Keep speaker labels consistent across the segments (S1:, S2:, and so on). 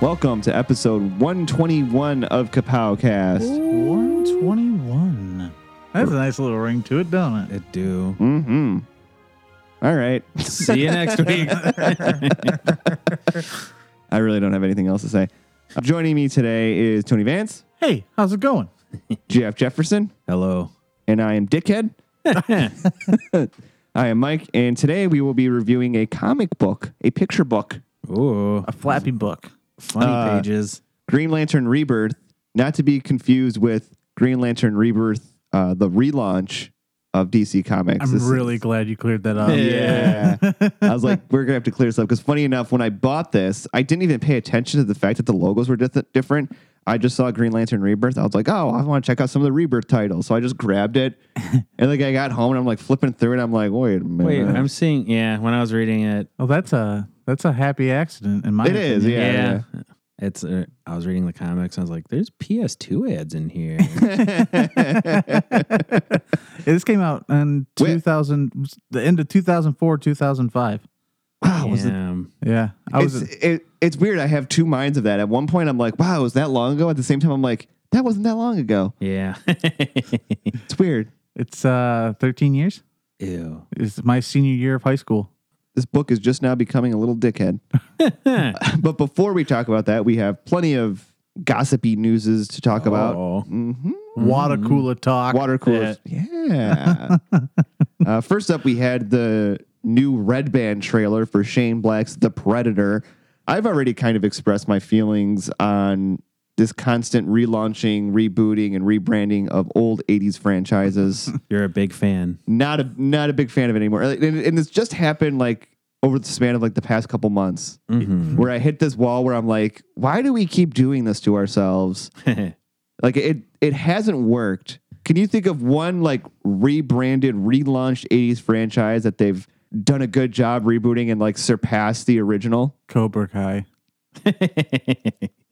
S1: Welcome to episode 121 of Kapow Cast.
S2: 121. That's a nice little ring to it, don't it? Hmm.
S3: It do.
S1: Mm-hmm. All right.
S3: See you next week.
S1: I really don't have anything else to say. Joining me today is Tony Vance,
S2: Hey, how's it going?
S1: Jeff Jefferson,
S3: Hello.
S1: and I am Dickhead. I am Mike, and today we will be reviewing a comic book, a picture book,
S3: Ooh.
S2: A flappy book.
S3: Funny
S1: Uh,
S3: pages.
S1: Green Lantern Rebirth, not to be confused with Green Lantern Rebirth, uh, the relaunch of DC Comics.
S2: I'm
S1: This is-
S2: really glad you cleared that up.
S1: Oh, Yeah. I was like, we're going to have to clear this up. Because funny enough, when I bought this, I didn't even pay attention to the fact that the logos were dith- different. I just saw Green Lantern Rebirth. I was like, oh, I want to check out some of the Rebirth titles. So I just grabbed it. and like I got home and I'm like flipping through it. I'm like, wait a minute.
S3: Wait, I'm seeing. Yeah, when I was reading it,
S2: Oh, that's a that's a happy accident in my
S1: It is,
S2: opinion.
S1: Yeah,
S3: yeah, it's. Uh, I was reading the comics. And I was like, "There's PS2 ads in here."
S2: This came out in
S1: Wait.
S2: 2000 the end of 2004, 2005.
S1: wow, was it?
S3: Damn.
S2: Yeah. I was
S1: It's, it, it's weird. I have two minds of that. At one point, I'm like, wow, it was that long ago? At the same time, I'm like, that wasn't that long ago.
S3: yeah.
S1: It's weird.
S2: it's uh 13 years.
S3: Ew.
S2: It's my senior year of high school.
S1: This book is just now becoming a little dickhead. but before we talk about that, we have plenty of gossipy newses to talk about.
S3: Oh.
S1: hmm
S2: Water cooler talk.
S1: Water coolers. Yeah. uh, first up, we had the new Red Band trailer for Shane Black's The Predator. I've already kind of expressed my feelings on this constant relaunching, rebooting, and rebranding of old 80s franchises.
S3: You're a big fan.
S1: not a not a big fan of it anymore. Like, And, and it's just happened like over the span of like the past couple months
S3: Mhm.
S1: where I hit this wall where I'm like, why do we keep doing this to ourselves? Like it it hasn't worked. Can you think of one like rebranded, relaunched 80s franchise that they've done a good job rebooting and like surpassed the original?
S2: Cobra Kai.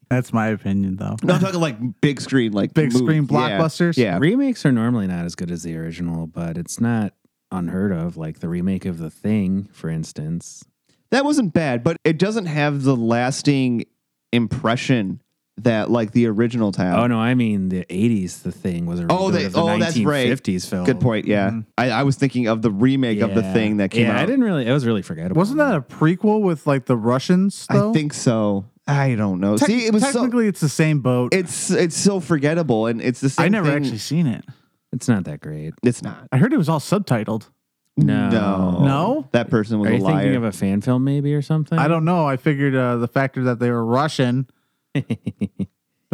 S2: That's my opinion though.
S1: No, I'm talking like big screen, like
S2: Big screen
S1: Yeah.
S2: blockbusters?
S1: Yeah.
S3: Remakes are normally not as good as the original, but it's not unheard of. Like the remake of The Thing, for instance.
S1: That wasn't bad, but it doesn't have the lasting impression that like the original had.
S3: Oh no, I mean the '80s. The Thing was a
S1: Oh,
S3: reboot
S1: they-
S3: of the
S1: oh, that's right.
S3: 1950s film. Mm-hmm.
S1: Good point. Yeah, I, I was thinking of the remake of the
S3: Yeah.
S1: thing that came
S3: yeah,
S1: out.
S3: I didn't really. It was really forgettable.
S2: Wasn't that a prequel with like the Russians though?
S1: I think so. I don't know.
S2: Tec-
S1: See, it was so
S2: technically it's the same boat.
S1: it's it's so forgettable, and it's the same.
S2: I never
S1: thing-
S2: actually seen it.
S3: It's not that great.
S1: It's not.
S2: I heard it was all subtitled.
S3: No.
S1: no,
S2: No?
S1: That person was
S3: Are
S1: a
S3: you
S1: liar.
S3: thinking of a fan film maybe or something?
S2: I don't know. I figured uh, the factor that they were Russian, but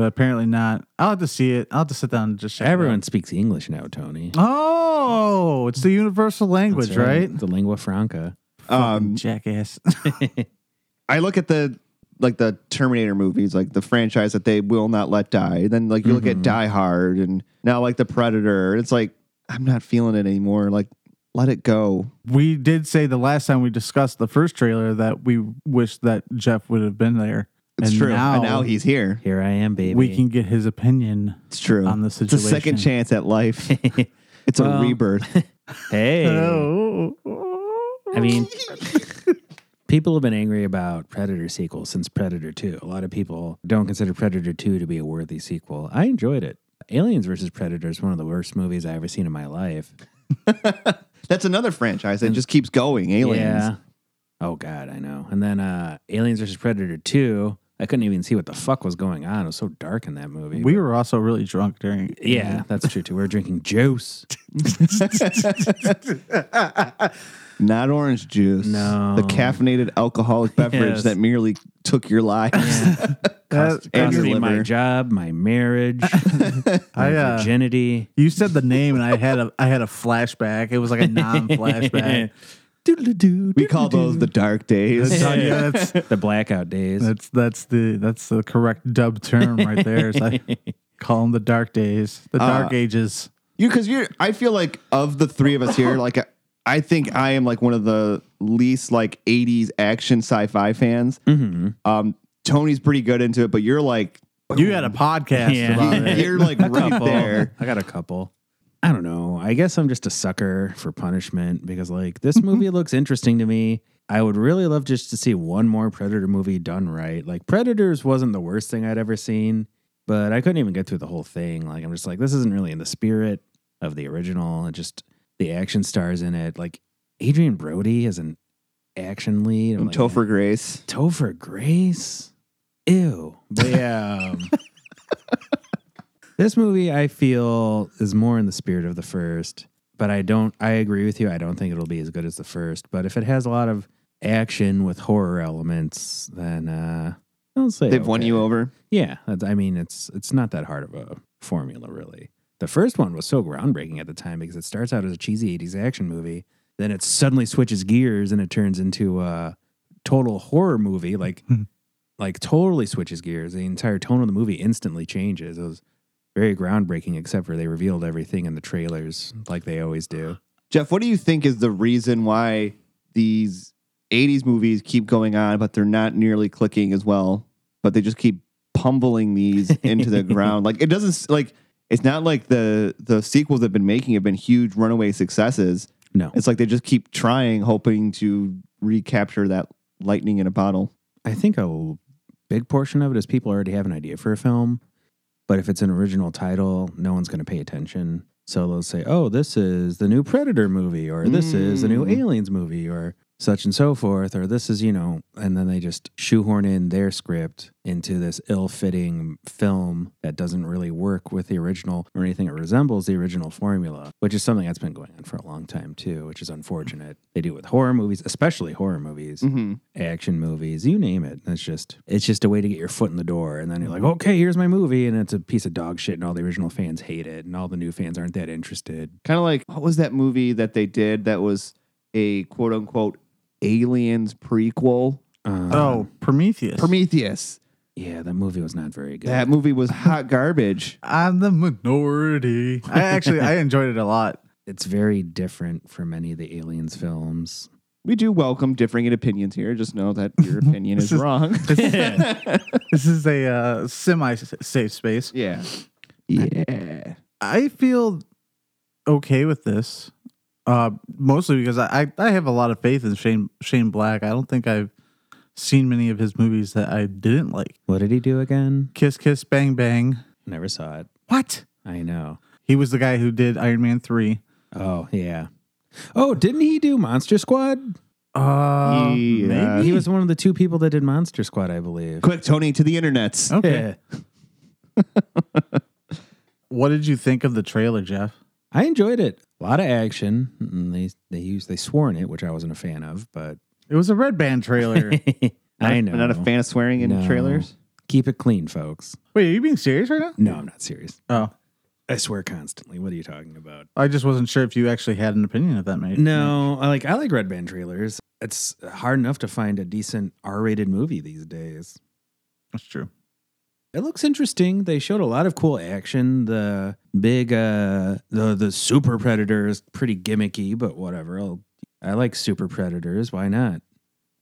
S2: apparently not. I'll have to see it. I'll have to sit down and just check. it out.
S3: Everyone speaks English now, Tony.
S2: Oh, it's the universal language,
S3: That's
S2: right?
S3: The lingua franca.
S1: um,
S2: Jackass.
S1: I look at the like the Terminator movies, like the franchise that they will not let die. And then like you
S3: Mm-hmm.
S1: look at Die Hard, and now like the Predator. It's like I'm not feeling it anymore. Like let it go.
S2: we did say the last time we discussed the first trailer that we wish that Jeff would have been there.
S1: It's
S2: and
S1: true.
S2: Now,
S1: and now he's here.
S3: Here I am, baby.
S2: we can get his opinion.
S1: It's true.
S2: On the
S1: It's a second
S2: situation.
S1: chance at life. it's
S3: Well-
S1: a rebirth.
S3: Hey.
S2: Oh.
S3: I mean, people have been angry about Predator sequels since Predator 2. A lot of people don't consider Predator 2 to be a worthy sequel. I enjoyed it. Aliens versus Predator is one of the worst movies I ever seen in my life.
S1: That's another franchise that just keeps going. Aliens.
S3: Mm. Yeah. Oh god, I know. And then uh Aliens versus Predator 2, I couldn't even see what the fuck was going on. It was so dark in that movie.
S2: we were also really drunk during.
S3: yeah, that's true too. We were drinking juice.
S1: Not orange juice.
S3: No.
S1: The caffeinated alcoholic beverage
S3: Yes.
S1: that merely took your life.
S2: That-
S1: And
S3: Cost
S1: your
S3: me my
S1: liver.
S3: job, my marriage, my
S2: I, uh,
S3: virginity.
S2: You said the name, and I had a I had a flashback. It was like a non flashback. uh,
S1: We call those the dark days.
S2: yeah, that's
S3: the blackout days.
S2: that's that's the that's the correct dub term right there. So I call them the dark days, the
S3: Uh,
S2: dark ages.
S1: you because you're I feel like of the three of us here, like I think I am like one of the least like 80s action sci-fi fans.
S3: mm-hmm.
S1: Um Tony's pretty good into it, but you're like
S2: You had a podcast
S3: Yeah.
S2: about it.
S1: you're like right
S3: couple.
S1: there.
S3: I got a couple. I Mm-hmm. don't know. I guess I'm just a sucker for punishment because like this movie looks interesting to me. I would really love just to see one more Predator movie done right. Like Predators wasn't the worst thing I'd ever seen, but I couldn't even get through the whole thing. Like I'm just like this isn't really in the spirit of the original. And just the action stars in it. Like Adrian Brody is an action lead. I'm
S1: And
S3: like,
S1: Topher Grace.
S3: Topher Grace. Ew. But yeah. um, this movie I feel is more in the spirit of the first, but I don't I agree with you. I don't think it'll be as good as the first. But if it has a lot of action with horror elements, then uh I'll say
S1: They've won
S3: okay.
S1: you over.
S3: Yeah, that's- I mean it's it's not that hard of a formula really. The first one was so groundbreaking at the time because it starts out as a cheesy 80s action movie, then it suddenly switches gears and it turns into a total horror movie like like totally switches gears. The entire tone of the movie instantly changes. It was very groundbreaking except for they revealed everything in the trailers like they always do.
S1: Jeff, what do you think is the reason why these 80s movies keep going on, but they're not nearly clicking as well, but they just keep pummeling these into the ground? Like, it doesn't, like, it's not like the the sequels they've been making have been huge runaway successes.
S3: No.
S1: It's like they just keep trying, hoping to recapture that lightning in a bottle.
S3: I think a big portion of it is people already have an idea for a film, but if it's an original title, no one's going to pay attention. So they'll say, "Oh, this is the new Predator movie," or "This is the new
S1: Mm.
S3: Aliens movie," or such and so forth, or "This is you know," and then they just shoehorn in their script into this ill-fitting film that doesn't really work with the original or anything that resembles the original formula, which is something that's been going on for a long time too, which is unfortunate. They do it with horror movies, especially horror movies
S1: Mm-hmm.
S3: action movies, you name it. It's just it's just a way to get your foot in the door, and then you're like, okay, here's my movie, and it's a piece of dog shit, and all the original fans hate it, and all the new fans aren't that interested.
S1: Kind of like, what was that movie that they did that was a quote unquote aliens prequel?
S3: Um,
S2: oh, Prometheus.
S1: Prometheus.
S3: yeah, that movie was not very good.
S1: That movie was hot garbage.
S2: I'm the minority. I actually I enjoyed it a lot.
S3: it's very different from any of the aliens films.
S1: We do welcome differing in opinions here. Just know that your opinion is,
S2: This is-
S1: wrong.
S2: This is a uh, semi safe space.
S1: yeah. Yeah.
S2: I feel okay with this, uh, mostly because I, I I have a lot of faith in Shane Shane Black. I don't think I've seen many of his movies that I didn't like.
S3: What did he do again?
S2: Kiss Kiss Bang Bang.
S3: Never saw it.
S2: What?
S3: I know.
S2: He was the guy who did Iron Man three.
S3: Oh yeah. Oh, didn't he do Monster Squad?
S2: Uh,
S1: Yeah.
S2: maybe
S3: He was one of the two people that did Monster Squad, I believe.
S1: Quick, Tony, to the internets.
S2: okay.
S3: Yeah.
S2: What did you think of the trailer, Jeff?
S3: I enjoyed it. A lot of action. And they they used they swore in it, which I wasn't a fan of, but
S2: It was a red band trailer.
S3: I
S1: Not
S3: know.
S1: a- Not a fan of swearing in
S3: No.
S1: trailers.
S3: Keep it clean, folks.
S2: Wait, are you being serious right now?
S3: No, I'm not serious.
S2: Oh,
S3: I swear constantly. What are you talking about?
S2: I just wasn't sure if you actually had an opinion of that, mate.
S3: No, I like I like red band trailers. It's hard enough to find a decent R-rated movie these days.
S2: that's true.
S3: It looks interesting. They showed a lot of cool action. The big uh the the super predator is pretty gimmicky, but whatever. I'll, I like super predators. Why not?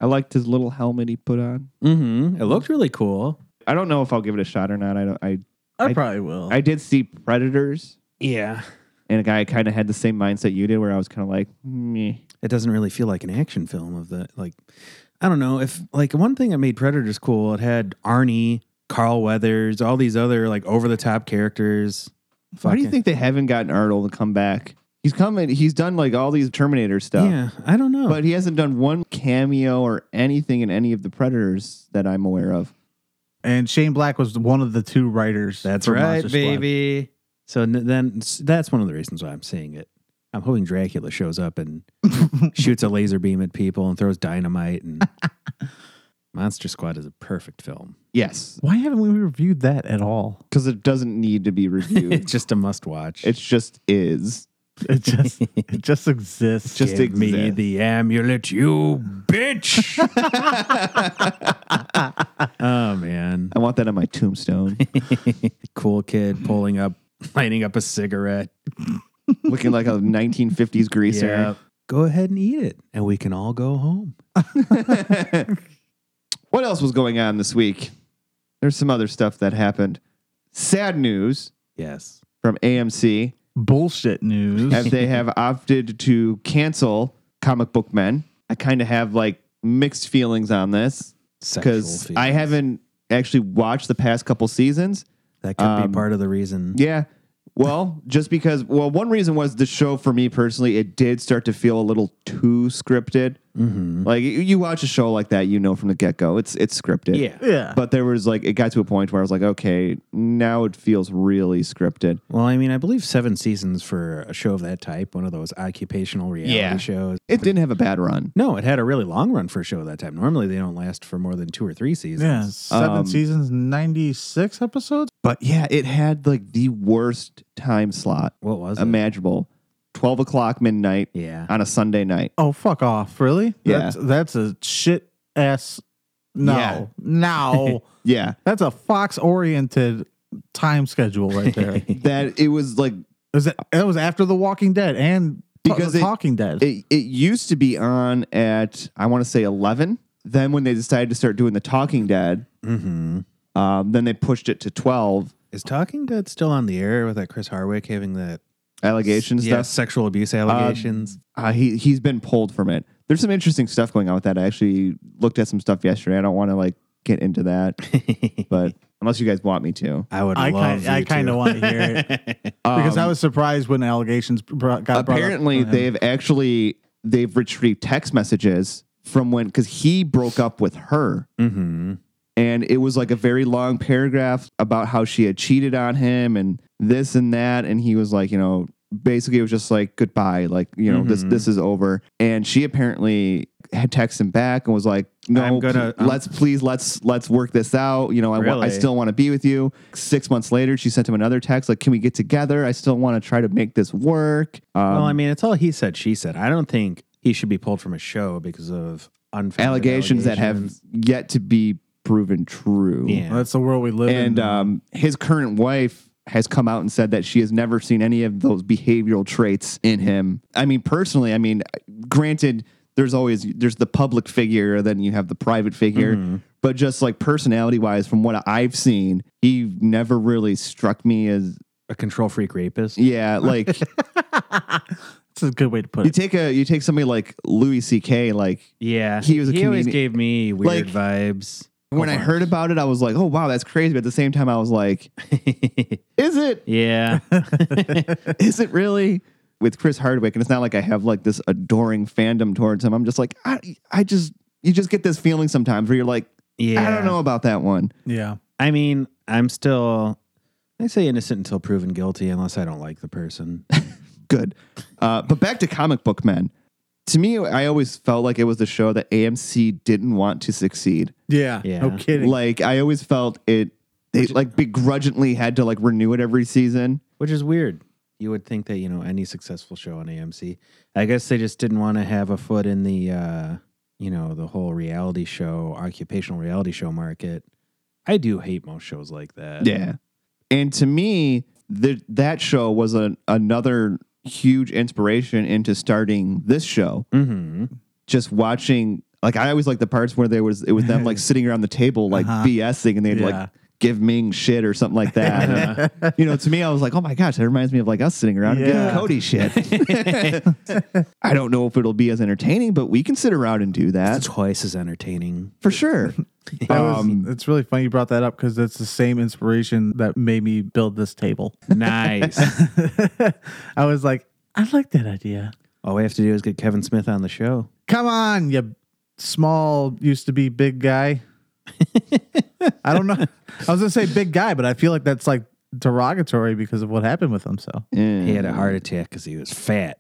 S1: I liked his little helmet he put on.
S3: Mm-hmm. It looked really cool.
S1: I don't know if I'll give it a shot or not. I don't. I
S2: I,
S1: I-
S2: probably will.
S1: I did see Predators,
S3: Yeah.
S1: and a guy kind of had the same mindset you did, where I was kind of like, meh.
S3: it doesn't really feel like an action film of the like i don't know if like one thing that made predators cool it had arnie carl weathers all these other like over-the-top characters
S1: Why do you
S3: Fucking-
S1: think they haven't gotten Arnold to come back? He's coming. He's done like all these Terminator stuff.
S3: yeah i don't know
S1: But he hasn't done one cameo or anything in any of the Predators that I'm aware of.
S2: and Shane Black was one of the two writers.
S3: that's
S2: for
S3: right
S2: Monster Squad.
S3: baby so n- then s- that's one of the reasons why i'm seeing it i'm hoping dracula shows up and shoots a laser beam at people and throws dynamite and monster squad is a perfect film
S1: Yes,
S2: Why haven't we reviewed that at all?
S1: because it doesn't need to be reviewed.
S3: it's just a must watch
S1: it just is.
S2: It just it just exists.
S1: Just
S3: Give me
S1: exists.
S3: the amulet, you bitch. oh man.
S1: I want that on my tombstone,
S3: cool kid pulling up lighting up a cigarette.
S1: looking like a 1950s greaser.
S3: Go ahead and eat it and we can all go home.
S1: What else was going on this week? There's some other stuff that happened. Sad news
S3: Yes.
S1: from AMC
S2: bullshit news.
S1: as they have opted to cancel Comic Book Men. I kind of have like mixed feelings on this because
S3: Sexual
S1: I
S3: feelings.
S1: haven't actually watched the past couple seasons.
S3: That could
S1: um,
S3: be part of the reason.
S1: Yeah. Well, just because, well, one reason was the show for me personally, it did start to feel a little too scripted. Mm-hmm. Like you- you watch a show like that, you know from the get go, it's it's scripted.
S3: Yeah.
S2: Yeah.
S1: But there was like it got to a point where I was like, okay, now it feels really scripted.
S3: Well, I mean, I believe seven seasons for a show of that type, one of those occupational reality
S1: Yeah.
S3: shows.
S1: It didn't have a bad run.
S3: No, it had a really long run for a show of that type. Normally, they don't last for more than two or three seasons.
S2: yeah. Seven
S1: Um,
S2: seasons, 96 episodes?
S1: But yeah, it had like the worst time slot
S3: What was it?
S1: imaginable. Twelve o'clock midnight
S3: yeah.
S1: on a Sunday night.
S2: Oh, fuck off. Really?
S1: Yeah.
S2: That's, that's a shit ass. No.
S1: Yeah.
S2: No.
S1: Yeah.
S2: that's a Fox oriented time schedule right there.
S1: That it was like
S2: Is that, that was after The Walking Dead and
S1: Because
S2: because
S1: it-
S2: Talking Dead.
S1: it, it used to be on at I want to say eleven. Then when they decided to start doing the Talking Dead,
S3: Mm-hmm.
S1: um, then they pushed it to twelve
S3: Is Talking Dead still on the air with that Chris Harwick having that
S1: allegations
S3: yeah,
S1: stuff. Um,
S3: sexual abuse allegations?
S1: Uh, he he's been pulled from it. There's some interesting stuff going on with that. I actually looked at some stuff yesterday. I don't want to like get into that, but unless you guys want me to,
S3: I would.
S2: I
S3: love
S2: kinda- I
S3: you
S2: kinda
S3: to.
S2: wanna hear
S3: it.
S2: because I
S1: Um,
S2: was surprised when allegations brought, got
S1: apparently
S2: brought up.
S1: they've actually they've retrieved text messages from when because he broke up with her.
S3: mm-hmm.
S1: and it was like a very long paragraph about how she had cheated on him and this and that and he was like you know basically it was just like goodbye like you know this
S3: Mhm.
S1: this is over and she apparently had texted him back and was like no
S3: I'm gonna-
S1: pl- let's please let's let's work this out you know i, wa- I
S3: Really?
S1: still want to be with you six months later she sent him another text like can we get together i still want to try to make this work um,
S3: well, I mean, it's all he said, she said. I don't think he should be pulled from a show because of unfounded
S1: allegations that have
S3: allegations.
S1: yet to be proven true
S3: Yeah.
S2: That's the world we live
S1: and
S2: in.
S1: um, his current wife has come out and said that she has never seen any of those behavioral traits in him. I mean, personally, I mean, granted, there's always there's the public figure, then you have the private figure, but just like personality wise, from what I've seen, he never really struck me as
S3: a control freak rapist.
S1: yeah, like
S2: That's a good way to put
S1: you
S2: it.
S1: take a you take somebody like Louis C.K. like.
S3: Yeah,
S1: He was a
S3: always
S1: comedian.
S3: gave me weird
S1: Like-
S3: vibes.
S1: When I heard about it, I was like, "Oh wow, that's crazy!" But at the same time, I was like, "Is it?
S3: yeah,
S1: is it really with Chris Hardwick? And it's not like I have like this adoring fandom towards him. I'm just like, I, I just, you just get this feeling sometimes where you're like,
S3: yeah.
S1: I don't know about that one.
S2: Yeah.
S3: I mean, I'm still. I say innocent until proven guilty, unless I don't like the person.
S1: Good. Uh, but back to comic book men. To me, I always felt like it was the show that AMC didn't want to succeed.
S2: Yeah.
S3: Yeah.
S2: No kidding.
S1: Like I always felt it, they like begrudgingly had to like renew it every season.
S3: which is weird. You would think that you know any successful show on AMC. I guess they just didn't want to have a foot in the uh, you know the whole reality show, occupational reality show market. I do hate most shows like that.
S1: Yeah. And to me, the, that show was a, another huge inspiration into starting this show.
S3: Mm-hmm.
S1: just watching like I always like the parts where there was it was them like sitting around the table like
S2: Uh-huh.
S1: BSing and they'd
S2: Yeah.
S1: like give Ming shit or something like that. And, you know, to me I was like, oh my gosh, that reminds me of like us sitting around and
S2: Yeah.
S1: giving Cody shit. I don't know if it'll be as entertaining, but we can sit around and do that
S3: That's twice as entertaining.
S1: for sure.
S2: That was-
S1: Um,
S2: it's really funny you brought that up because it's the same inspiration that made me build this table.
S3: Nice.
S2: I was like, I like that idea.
S3: All we have to do is get Kevin Smith on the show.
S2: Come on, you small used to be big guy. I don't know. I was gonna say big guy, but I feel like that's like derogatory because of what happened with him. So
S3: He had a heart attack because he was fat.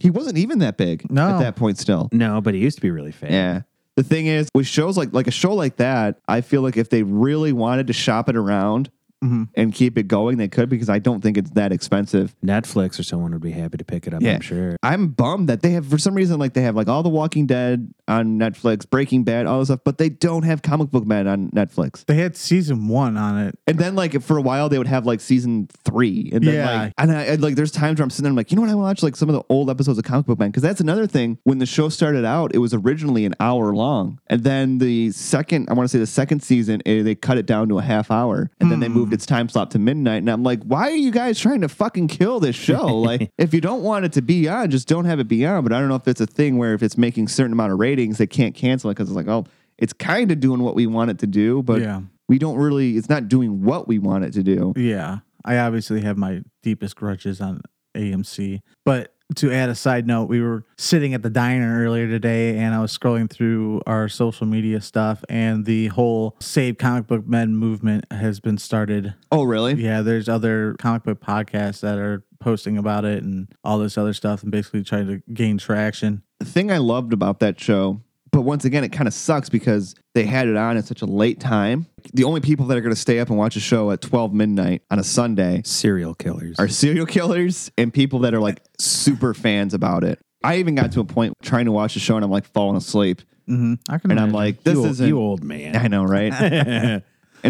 S1: He wasn't even that big
S2: No.
S1: at that point still.
S3: No, but he used to be really fat.
S1: Yeah. The thing is, with shows like like a show like that, I feel like if they really wanted to shop it around
S2: Mhm.
S1: and keep it going, they could because I don't think it's that expensive.
S3: Netflix or someone would be happy to pick it up.
S1: Yeah.
S3: I'm sure.
S1: I'm bummed that they have for some reason like they have like all the Walking Dead on Netflix, Breaking Bad, all this stuff, but they don't have comic book men on Netflix.
S2: they had season one on it.
S1: And then like for a while they would have like season three, and then
S2: Yeah.
S1: like and I and, like there's times where I'm sitting there I'm like you know what I watch like some of the old episodes of comic book men because that's another thing when the show started out it was originally an hour long and then the second I want to say the second season eh, they cut it down to a half hour and then they
S2: Hmm.
S1: moved its time slot to midnight and I'm like why are you guys trying to fucking kill this show like if you don't want it to be on just don't have it be on but I don't know if it's a thing where if it's making certain amount of ratings, they can't cancel it because it's like, oh, it's kind of doing what we want it to do, but
S2: yeah,
S1: we don't really. It's not doing what we want it to do.
S2: yeah. I obviously have my deepest grudges on AMC, but to add a side note, we were sitting at the diner earlier today, and I was scrolling through our social media stuff, and the whole Save Comic Book Men movement has been started.
S1: Oh, really?
S2: Yeah, there's other comic book podcasts that are posting about it and all this other stuff, and basically trying to gain traction.
S1: The thing I loved about that show, but once again, it kind of sucks because they had it on at such a late time. The only people that are going to stay up and watch a show at 12 midnight on a Sunday
S3: Serial killers.
S1: are serial killers and people that are like super fans about it. I even got to a point trying to watch a show and I'm like falling asleep.
S2: Mm-hmm. I can.
S1: And I'm
S2: imagine.
S1: like, this
S3: you,
S1: isn't.
S3: you old man.
S1: I know, right? and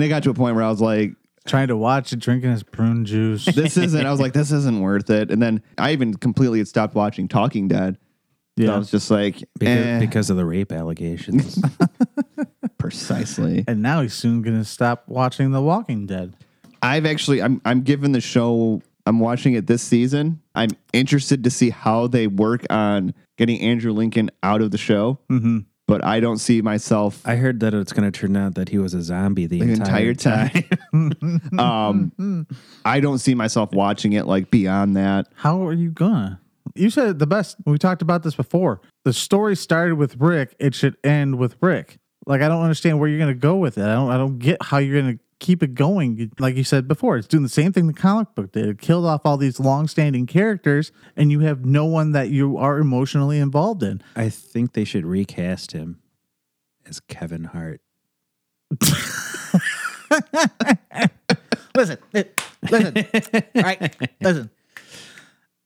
S1: it got to a point where I was like,
S2: trying to watch it, drinking his prune juice.
S1: this isn't. I was like, this isn't worth it. And then I even completely had stopped watching Talking Dead. Yeah. I
S2: Yeah.
S1: was just like,
S3: Because,
S1: eh,
S3: because of the rape allegations.
S1: precisely.
S2: and now he's soon gonna stop watching The Walking Dead.
S1: I've actually I'm I'm giving the show I'm watching it this season. I'm interested to see how they work on getting Andrew Lincoln out of the show. Mm-hmm. But I don't see myself
S3: I heard that it's going to turn out that he was a zombie the,
S1: the
S3: entire,
S1: entire
S3: time.
S1: time. um, I don't see myself watching it like beyond that.
S2: How are you gonna? You said it the best. We talked about this before. The story started with Rick. It should end with Rick. Like I don't understand where you're gonna go with it. I don't. I don't get how you're gonna keep it going. You- Like you said before, it's doing the same thing the comic book did. It killed off all these long-standing characters, and you have no one that you are emotionally involved in.
S3: I think they should recast him as Kevin Hart.
S2: listen, li- listen, all right, listen.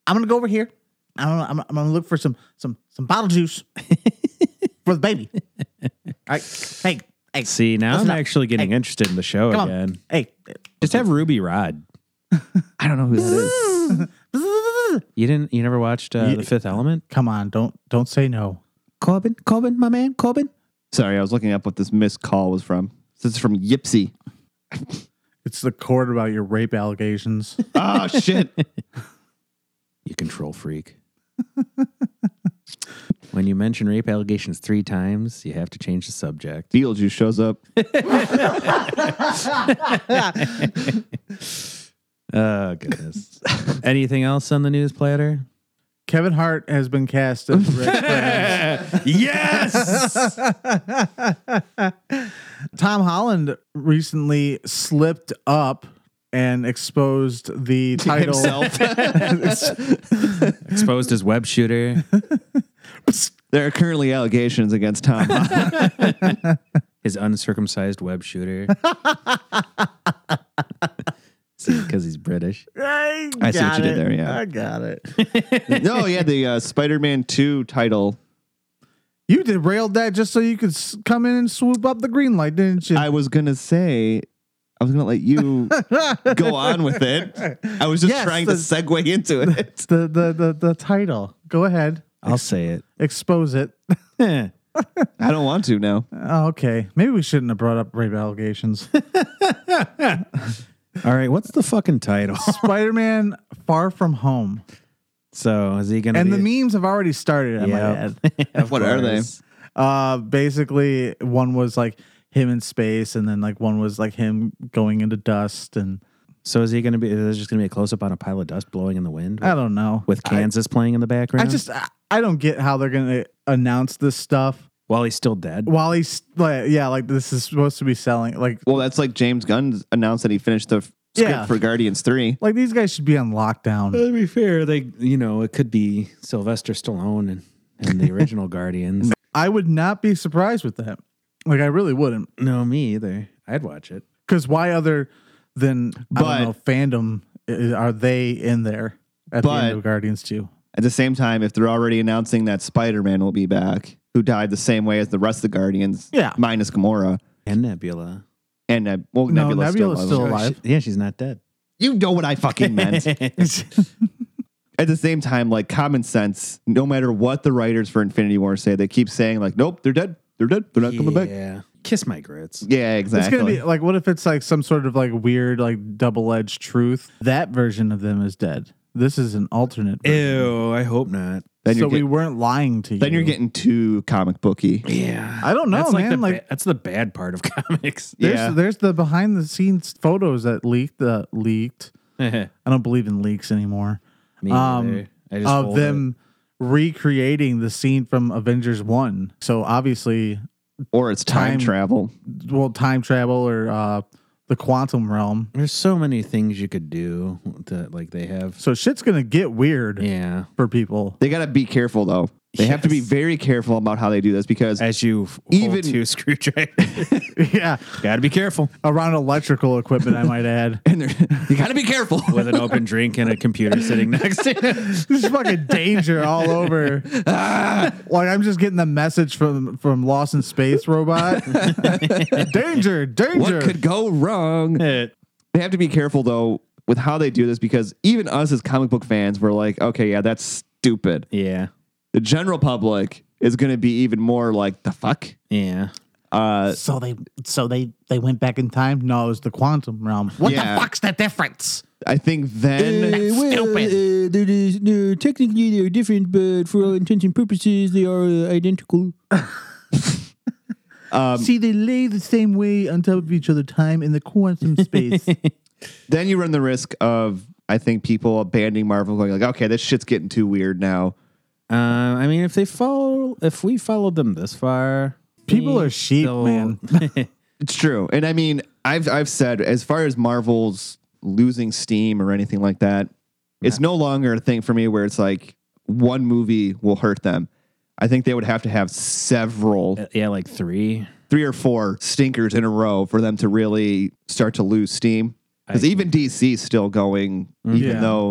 S2: I'm gonna go over here. I don't know. I'm, I'm gonna look for some some some bottle juice for the baby. All right, hey, hey,
S3: See, now
S2: Listen
S3: I'm
S2: up.
S3: actually getting interested in the show
S2: come
S3: again.
S2: on, hey.
S3: Just have Ruby Rod.
S1: I don't know who that is.
S3: You didn't. You never watched uh,
S2: Ye-
S3: The Fifth Element?
S2: Come on, don't don't say no.
S3: Corbin, Corbin, my man, Corbin.
S1: Sorry, I was looking up what this missed call was from. This is from Yipsy.
S2: It's the court about your rape allegations.
S1: Oh shit.
S3: You control freak. when you mention rape allegations three times, you have to change the subject.
S1: Beetlejuice shows up.
S3: Oh goodness. Anything else on the news platter?
S2: Kevin Hart has been cast as Rick. Grimes.
S3: yes.
S2: Tom Holland recently slipped up and exposed the title.
S1: Himself.
S3: Exposed as web shooter.
S1: there are currently allegations against Tom. Holland.
S3: his uncircumcised web shooter. Because he's British.
S2: I,
S1: I see what
S2: got
S1: you did
S2: it.
S1: there, yeah.
S2: I got it.
S1: no, yeah, the uh, Spider-Man 2 title
S2: You derailed that just so you could s- come in and swoop up the green light, didn't you?
S1: I was gonna say, I was gonna let you go on with it. I was just
S2: Yes,
S1: trying to
S2: the-
S1: segue into it.
S2: the, the the the title. Go ahead,
S3: I'll say it.
S2: expose it.
S3: Eh.
S1: I don't want to now.
S2: Oh, okay, maybe we shouldn't have brought up rape allegations.
S3: All right, what's the fucking title?
S2: Spider-Man: Far From Home,
S3: So is he gonna
S2: and
S3: be
S2: the memes have already started. I might add.
S1: What are they?
S2: Uh, basically, one was like him in space, and then like one was like him going into dust, and
S3: So is he gonna be? There's just gonna be a close up on a pile of dust blowing in the wind
S2: I don't know.
S3: with Kansas playing in
S2: I
S3: the background.
S2: just I, I don't get how they're gonna announce this stuff
S3: while he's still dead.
S2: while he's like yeah like this is supposed to be selling like
S1: Well, that's like James Gunn announced that he finished the f- script
S2: Yeah.
S1: for Guardians 3.
S2: like these guys should be on lockdown.
S3: to be fair, they you know it could be Sylvester Stallone and, and the original Guardians.
S2: I would not be surprised with that. Like I really wouldn't
S3: No, me either. I'd watch it.
S2: because why other than I
S1: But-
S2: don't know fandom i- are they in there at the
S1: But-
S2: end of Guardians two?
S1: At the same time, if they're already announcing that Spider-Man will be back, who died the same way as the rest of the Guardians,
S2: Yeah.
S1: minus Gamora
S3: And Nebula.
S1: and Neb- well,
S2: No,
S1: Nebula's,
S2: Nebula's
S1: still,
S2: still
S1: alive.
S2: alive.
S3: yeah, she's not dead.
S1: You know what I fucking meant. At the same time, like common sense, no matter what the writers for Infinity War say, they keep saying like, "Nope, they're dead. They're dead. They're not coming back."
S3: Yeah. Kiss my grits.
S1: Yeah,
S2: It's
S1: exactly.
S2: gonna be like what if it's like some sort of like weird like double edged truth? That version of them is dead. This is an alternate. version.
S3: Ew, I hope not.
S1: Then
S2: so
S1: you're
S2: we
S1: getting,
S2: weren't lying to you.
S1: then you're getting too comic booky.
S3: Yeah.
S2: I don't know,
S3: that's
S2: man,
S3: Like the,
S2: like-
S3: ba- that's the bad part of comics.
S1: Yeah.
S2: There's there's the behind the scenes photos that leaked that leaked.
S3: Me
S2: I don't believe in leaks anymore.
S3: neither.
S2: Um,
S3: I just
S2: of
S3: hold it.
S2: them recreating the scene from Avengers One. So obviously,
S1: Or it's time,
S2: Time-
S1: travel.
S2: well, time travel or uh, the quantum realm.
S3: There's so many things you could do that like they have.
S2: So shit's gonna get weird
S3: Yeah.
S2: for people.
S1: They gotta be careful though. They have to be
S3: Yes.
S1: very careful about how they do this because
S3: As you f-
S1: Even-
S3: hold two screwdriver.
S2: yeah,
S3: Gotta be careful.
S2: around electrical equipment, I might add.
S1: and they're, you gotta be careful.
S3: With an open drink and a computer sitting next to it.
S2: There's fucking danger all over. like I'm just getting the message from from Lost in Space robot. danger, danger.
S1: what could go wrong? They have to be careful though with how they do this because even us as comic book fans, we're like, okay, yeah, that's stupid.
S3: Yeah.
S1: The general public is gonna be even more like the fuck.
S3: Yeah.
S1: Uh,
S2: so they so they they went back in time. No, it was the quantum realm. What
S1: Yeah.
S2: the fuck's the difference? Eh.
S1: I think then
S2: stupid.
S3: Uh, they're, technically they're different, but for all intents and purposes, they are uh, identical.
S2: Um, See, they lay the same way on top of each other, time in the quantum space.
S1: then you run the risk of I think people abandoning Marvel, going like, okay, this shit's getting too weird now.
S3: Uh, I mean, if they follow, if we followed them this far,
S2: People
S3: they
S2: are sheep,
S3: still-
S2: man.
S1: It's true, and I mean, I've I've said as far as Marvel's losing steam or anything like that, it's no longer a thing for me where it's like one movie will hurt them. I think they would have to have several,
S3: uh, yeah, like three.
S1: three or four stinkers in a row for them to really start to lose steam. Because even DC's still going, even
S2: Yeah.
S1: though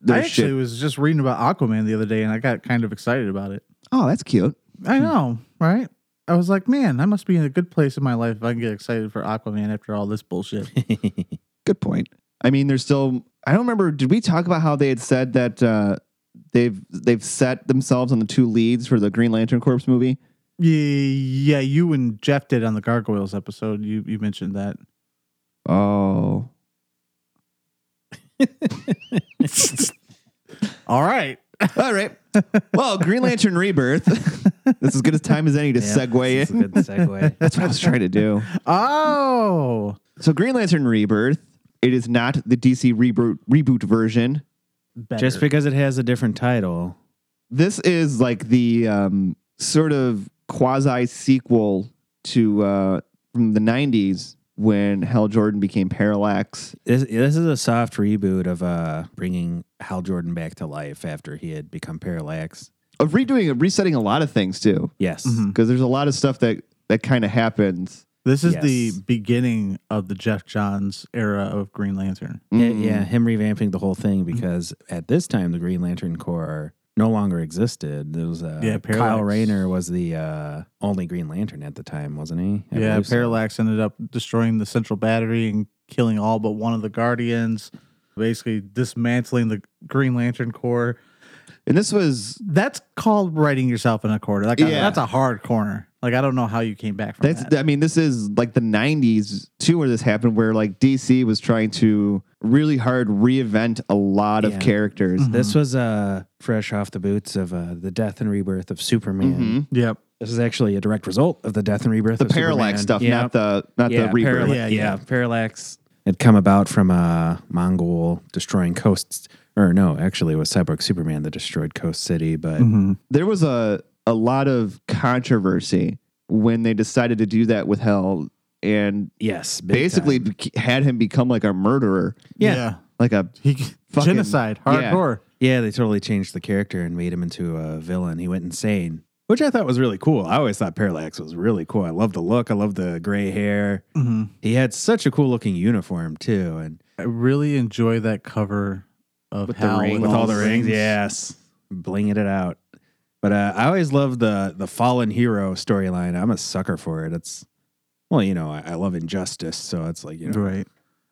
S2: Mm-hmm. I
S1: their
S2: actually
S1: shit.
S2: was just reading about Aquaman the other day, and I got kind of excited about it. Hmm.
S1: Oh, that's cute.
S2: I know, right? I was like, man, I must be in a good place in my life if I can get excited for Aquaman after all this bullshit.
S1: Good point. I mean, there's still. I don't remember. Did we talk about how they had said that uh, they've they've set themselves on the two leads for the Green Lantern Corps movie?
S2: yeah, yeah, you and Jeff did on the Gargoyles episode. You you mentioned that.
S1: Oh,
S2: all right.
S1: all right. Well, Green Lantern Rebirth. That's as good a time as any to
S3: Yeah,
S1: segue
S3: That's a
S1: in.
S3: good segue.
S1: That's what I was trying to do.
S2: Oh,
S1: So, Green Lantern Rebirth. It is not the DC reboot reboot version.
S2: better.
S3: Just because it has a different title,
S1: This is like the um, sort of quasi sequel to uh, from the '90s when Hal Jordan became Parallax.
S3: this, this is a soft reboot of uh, bringing Hal Jordan back to life after he had become Parallax.
S1: of redoing of resetting a lot of things too
S3: Yes.
S2: Mhm.
S1: because there's a lot of stuff that that kind of happens
S2: This is the
S3: Yes.
S2: beginning of the Jeff Johns era of Green Lantern.
S3: Yeah,
S1: Mm.
S3: yeah, him revamping the whole thing because at this time the Green Lantern Corps no longer existed. There was uh,
S2: Yeah,
S3: Kyle
S2: Parallax.
S3: Rayner was the uh, only Green Lantern at the time, wasn't he? I
S2: yeah,
S3: believe so.
S2: Parallax ended up destroying the central battery and killing all but one of the Guardians, basically dismantling the Green Lantern Corps.
S1: and this was
S2: That's called writing yourself in a corner. Like
S1: Yeah.
S2: that's a hard corner. Like I don't know how you came back from
S1: that's
S2: that.
S1: i mean this is like the 90s too where this happened where like dc was trying to really hard reinvent a lot
S3: Yeah.
S1: of characters
S3: This
S2: Mm-hmm.
S3: was uh, fresh off the boots of uh, the death and rebirth of Superman.
S1: Mhm.
S2: Yep.
S3: This is actually a direct result of the death and rebirth.
S1: the
S3: of
S1: parallax
S3: Superman.
S1: stuff
S3: Yeah.
S1: not the not
S3: yeah,
S1: the rebirth
S3: Paralla-
S2: Yeah,
S3: yeah,
S2: yeah.
S3: Parallax had come about from uh, Mongol destroying coasts. Or no, actually, it was Cyborg Superman that destroyed Coast City, but
S1: there was a a lot of controversy when they decided to do that with hell and
S3: yes, big
S1: basically
S3: time.
S1: bec- had him become like a murderer
S3: Yeah.
S1: like a
S2: He
S1: Fucking-
S2: genocide,
S1: yeah.
S2: hardcore.
S3: Yeah, they totally changed the character and made him into a villain. He went insane, which I thought was really cool. I always thought Parallax was really cool. I love the look. I love the gray hair.
S1: Mm-hmm.
S2: Mhm.
S3: He had such a cool looking uniform too, and
S2: I really enjoy that cover of
S1: With the
S2: Hal
S1: ring,
S2: with,
S1: with all the
S3: Yes, blinging it out. But uh, I always love the the fallen hero storyline. I'm a sucker for it. It's well, you know, I, I love injustice, so it's like you know,
S2: Right.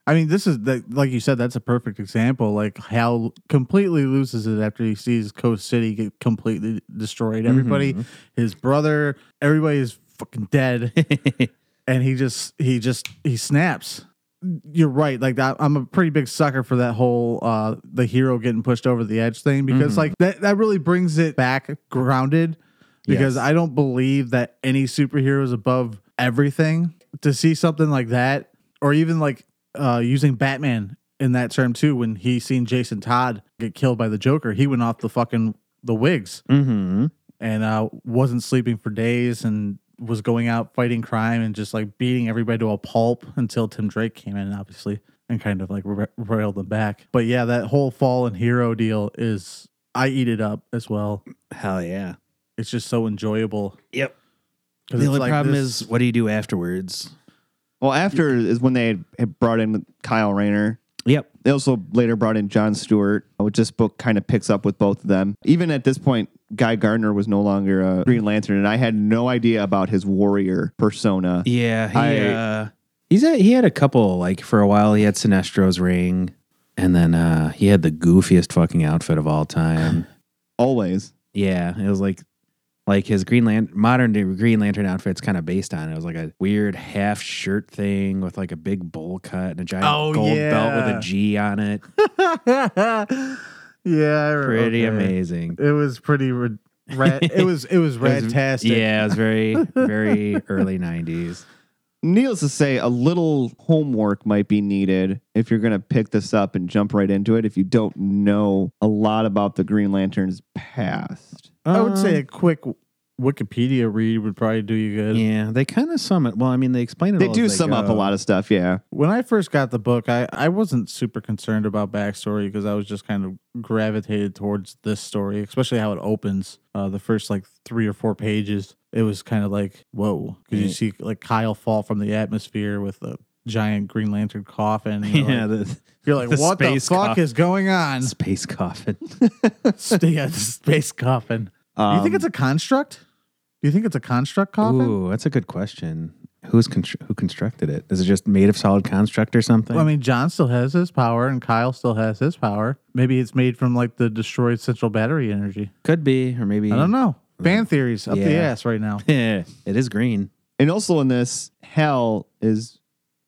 S2: I mean, this is that, like you said, that's a perfect example. Like Hal completely loses it after he sees Coast City get completely destroyed. Everybody,
S3: Mm-hmm.
S2: his brother, everybody is fucking dead, and he just he just he snaps. you're right. Like that, I'm a pretty big sucker for that whole uh the hero getting pushed over the edge thing because
S3: Mm-hmm.
S2: like that that really brings it back grounded because
S3: Yes.
S2: I don't believe that any superhero is above everything. To see something like that or even like uh using Batman in that term too when he seen Jason Todd get killed by the Joker, he went off the fucking the wigs
S3: Mm-hmm.
S2: and uh, wasn't sleeping for days and was going out fighting crime and just like beating everybody to a pulp until Tim Drake came in, obviously, and kind of like ra- railed them back. But yeah, that whole fallen hero deal is, I eat it up as well.
S3: Hell yeah.
S2: It's just so enjoyable.
S3: Yep.
S2: 'Cause
S3: The
S2: it's
S3: only
S2: like
S3: problem
S2: this-
S3: is, what do you do afterwards?
S1: Well, after is when they had- had brought in Kyle Rayner.
S3: Yep.
S1: They also later brought in John Stewart, which this book kind of picks up with both of them. Even at this point, Guy Gardner was no longer a Green Lantern, and I had no idea about his warrior persona.
S3: Yeah. He,
S1: I-
S3: uh, he's a, he had a couple like for a while. He had Sinestro's ring, and then uh, he had the goofiest fucking outfit of all time.
S1: Always.
S3: yeah, it was like like his Green Lan- modern day Green Lantern outfit's kind of based on it. It was like a weird half shirt thing with like a big bowl cut and a giant
S2: Oh,
S3: gold belt with
S2: yeah.
S3: a G on it.
S2: yeah, I remember.
S3: Pretty
S2: Okay.
S3: amazing.
S2: It was pretty. Re- rad- it was it was
S3: It was-
S2: radtastic.
S3: Yeah, it was very very early '90s.
S1: Needless to say, a little homework might be needed if you're going to pick this up and jump right into it if you don't know a lot about the Green Lantern's past.
S2: I would say
S3: Um,
S2: a quick Wikipedia read would probably do you good.
S3: Yeah, they kind of sum it. Well, I mean, they explain it.
S1: They
S3: all
S1: do
S3: as
S1: sum up a
S3: go.
S1: lot of stuff, yeah.
S2: When I first got the book, I, I wasn't super concerned about backstory because I was just kind of gravitated towards this story, especially how it opens. Uh, the first like three or four pages, it was kind of like, whoa, because you
S3: Yeah.
S2: see like Kyle fall from the atmosphere with a giant Green Lantern coffin. and You're
S3: Yeah,
S2: like,
S3: the
S2: you're like
S3: the
S2: what the
S3: space
S2: fuck
S3: coffin."
S2: is going on?
S3: space coffin.
S2: yeah, the space coffin. Do you
S1: Um,
S2: think it's a construct? Do you think it's a construct coffin?
S3: Ooh, that's a good question. Who's constr- who constructed it? Is it just made of solid construct or something?
S2: Well, I mean, John still has his power, and Kyle still has his power. Maybe it's made from like the destroyed central battery energy.
S3: could be, or maybe
S2: I don't know. Fan theories up the
S3: Yeah.
S2: ass right now.
S3: Yeah, it is green.
S1: And also in this, Hell is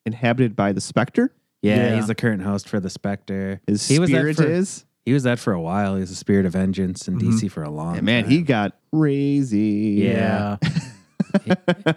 S1: inhabited by the Spectre.
S3: Yeah,
S2: Yeah.
S3: he's the current host for the Spectre.
S1: His
S3: He was that
S1: spirit
S3: for-
S1: is.
S3: He was that for a while. He was the Spirit of Vengeance in DC for a long.
S1: And man,
S3: time.
S1: he got crazy.
S3: Oh, Yeah.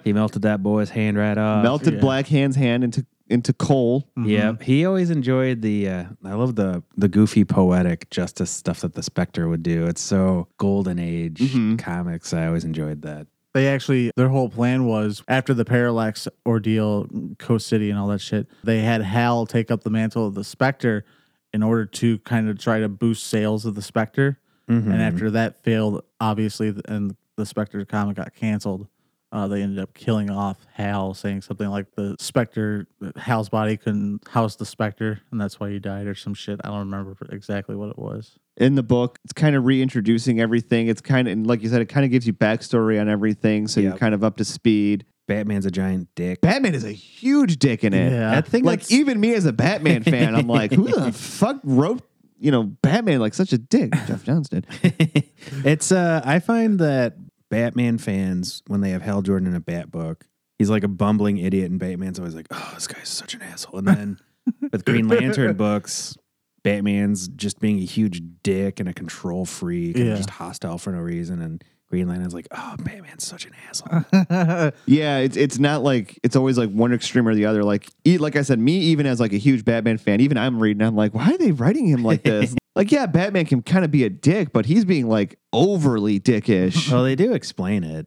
S3: he melted that boy's hand right off.
S1: Melted Mm-hmm.
S2: yeah.
S1: Black Hand's hand into into coal.
S2: Mm-hmm.
S3: Yeah, he always enjoyed the. Uh, I love the the goofy poetic justice stuff that the Spectre would do. It's so golden age
S1: Mhm.
S3: comics. I always enjoyed that.
S2: They actually, their whole plan was after the Parallax ordeal, Coast City, and all that shit, they had Hal take up the mantle of the Spectre in order to kind of try to boost sales of the Spectre.
S3: Mhm.
S1: Mm-hmm.
S2: And after that failed, obviously, th- and the Spectre comic got canceled, uh, they ended up killing off Hal, saying something like the Spectre, that Hal's body couldn't house the Spectre, and that's why he died or some shit. I don't remember exactly what it was.
S1: in the book. It's kind of reintroducing everything. It's kind of, and like you said, it kind of gives you backstory on everything. So you're
S3: Yep.
S1: kind of up to speed.
S3: Batman's a giant dick.
S1: Batman is a huge dick in it.
S2: Yeah.
S3: That thing
S1: Like,
S3: that's-
S1: even me as a Batman fan, I'm like, who the fuck wrote, you know, Batman like such a dick? Jeff Johns did.
S3: it's uh I find that Batman fans when they have Hal Jordan in a Bat book, he's like a bumbling idiot and Batman's always like, "Oh, this guy's such an asshole." And then with Green Lantern books, Batman's just being a huge dick and a control freak
S2: Yeah.
S3: and just hostile for no reason and Green Lantern's like, "Oh, Batman's such an asshole."
S1: Yeah, it's it's not like it's always like one extreme or the other. Like e- like I said, me even as like a huge Batman fan, even I'm reading, I'm like, why are they writing him like this? like, yeah, Batman can kind of be a dick, but he's being like overly dickish.
S3: well, they do explain it.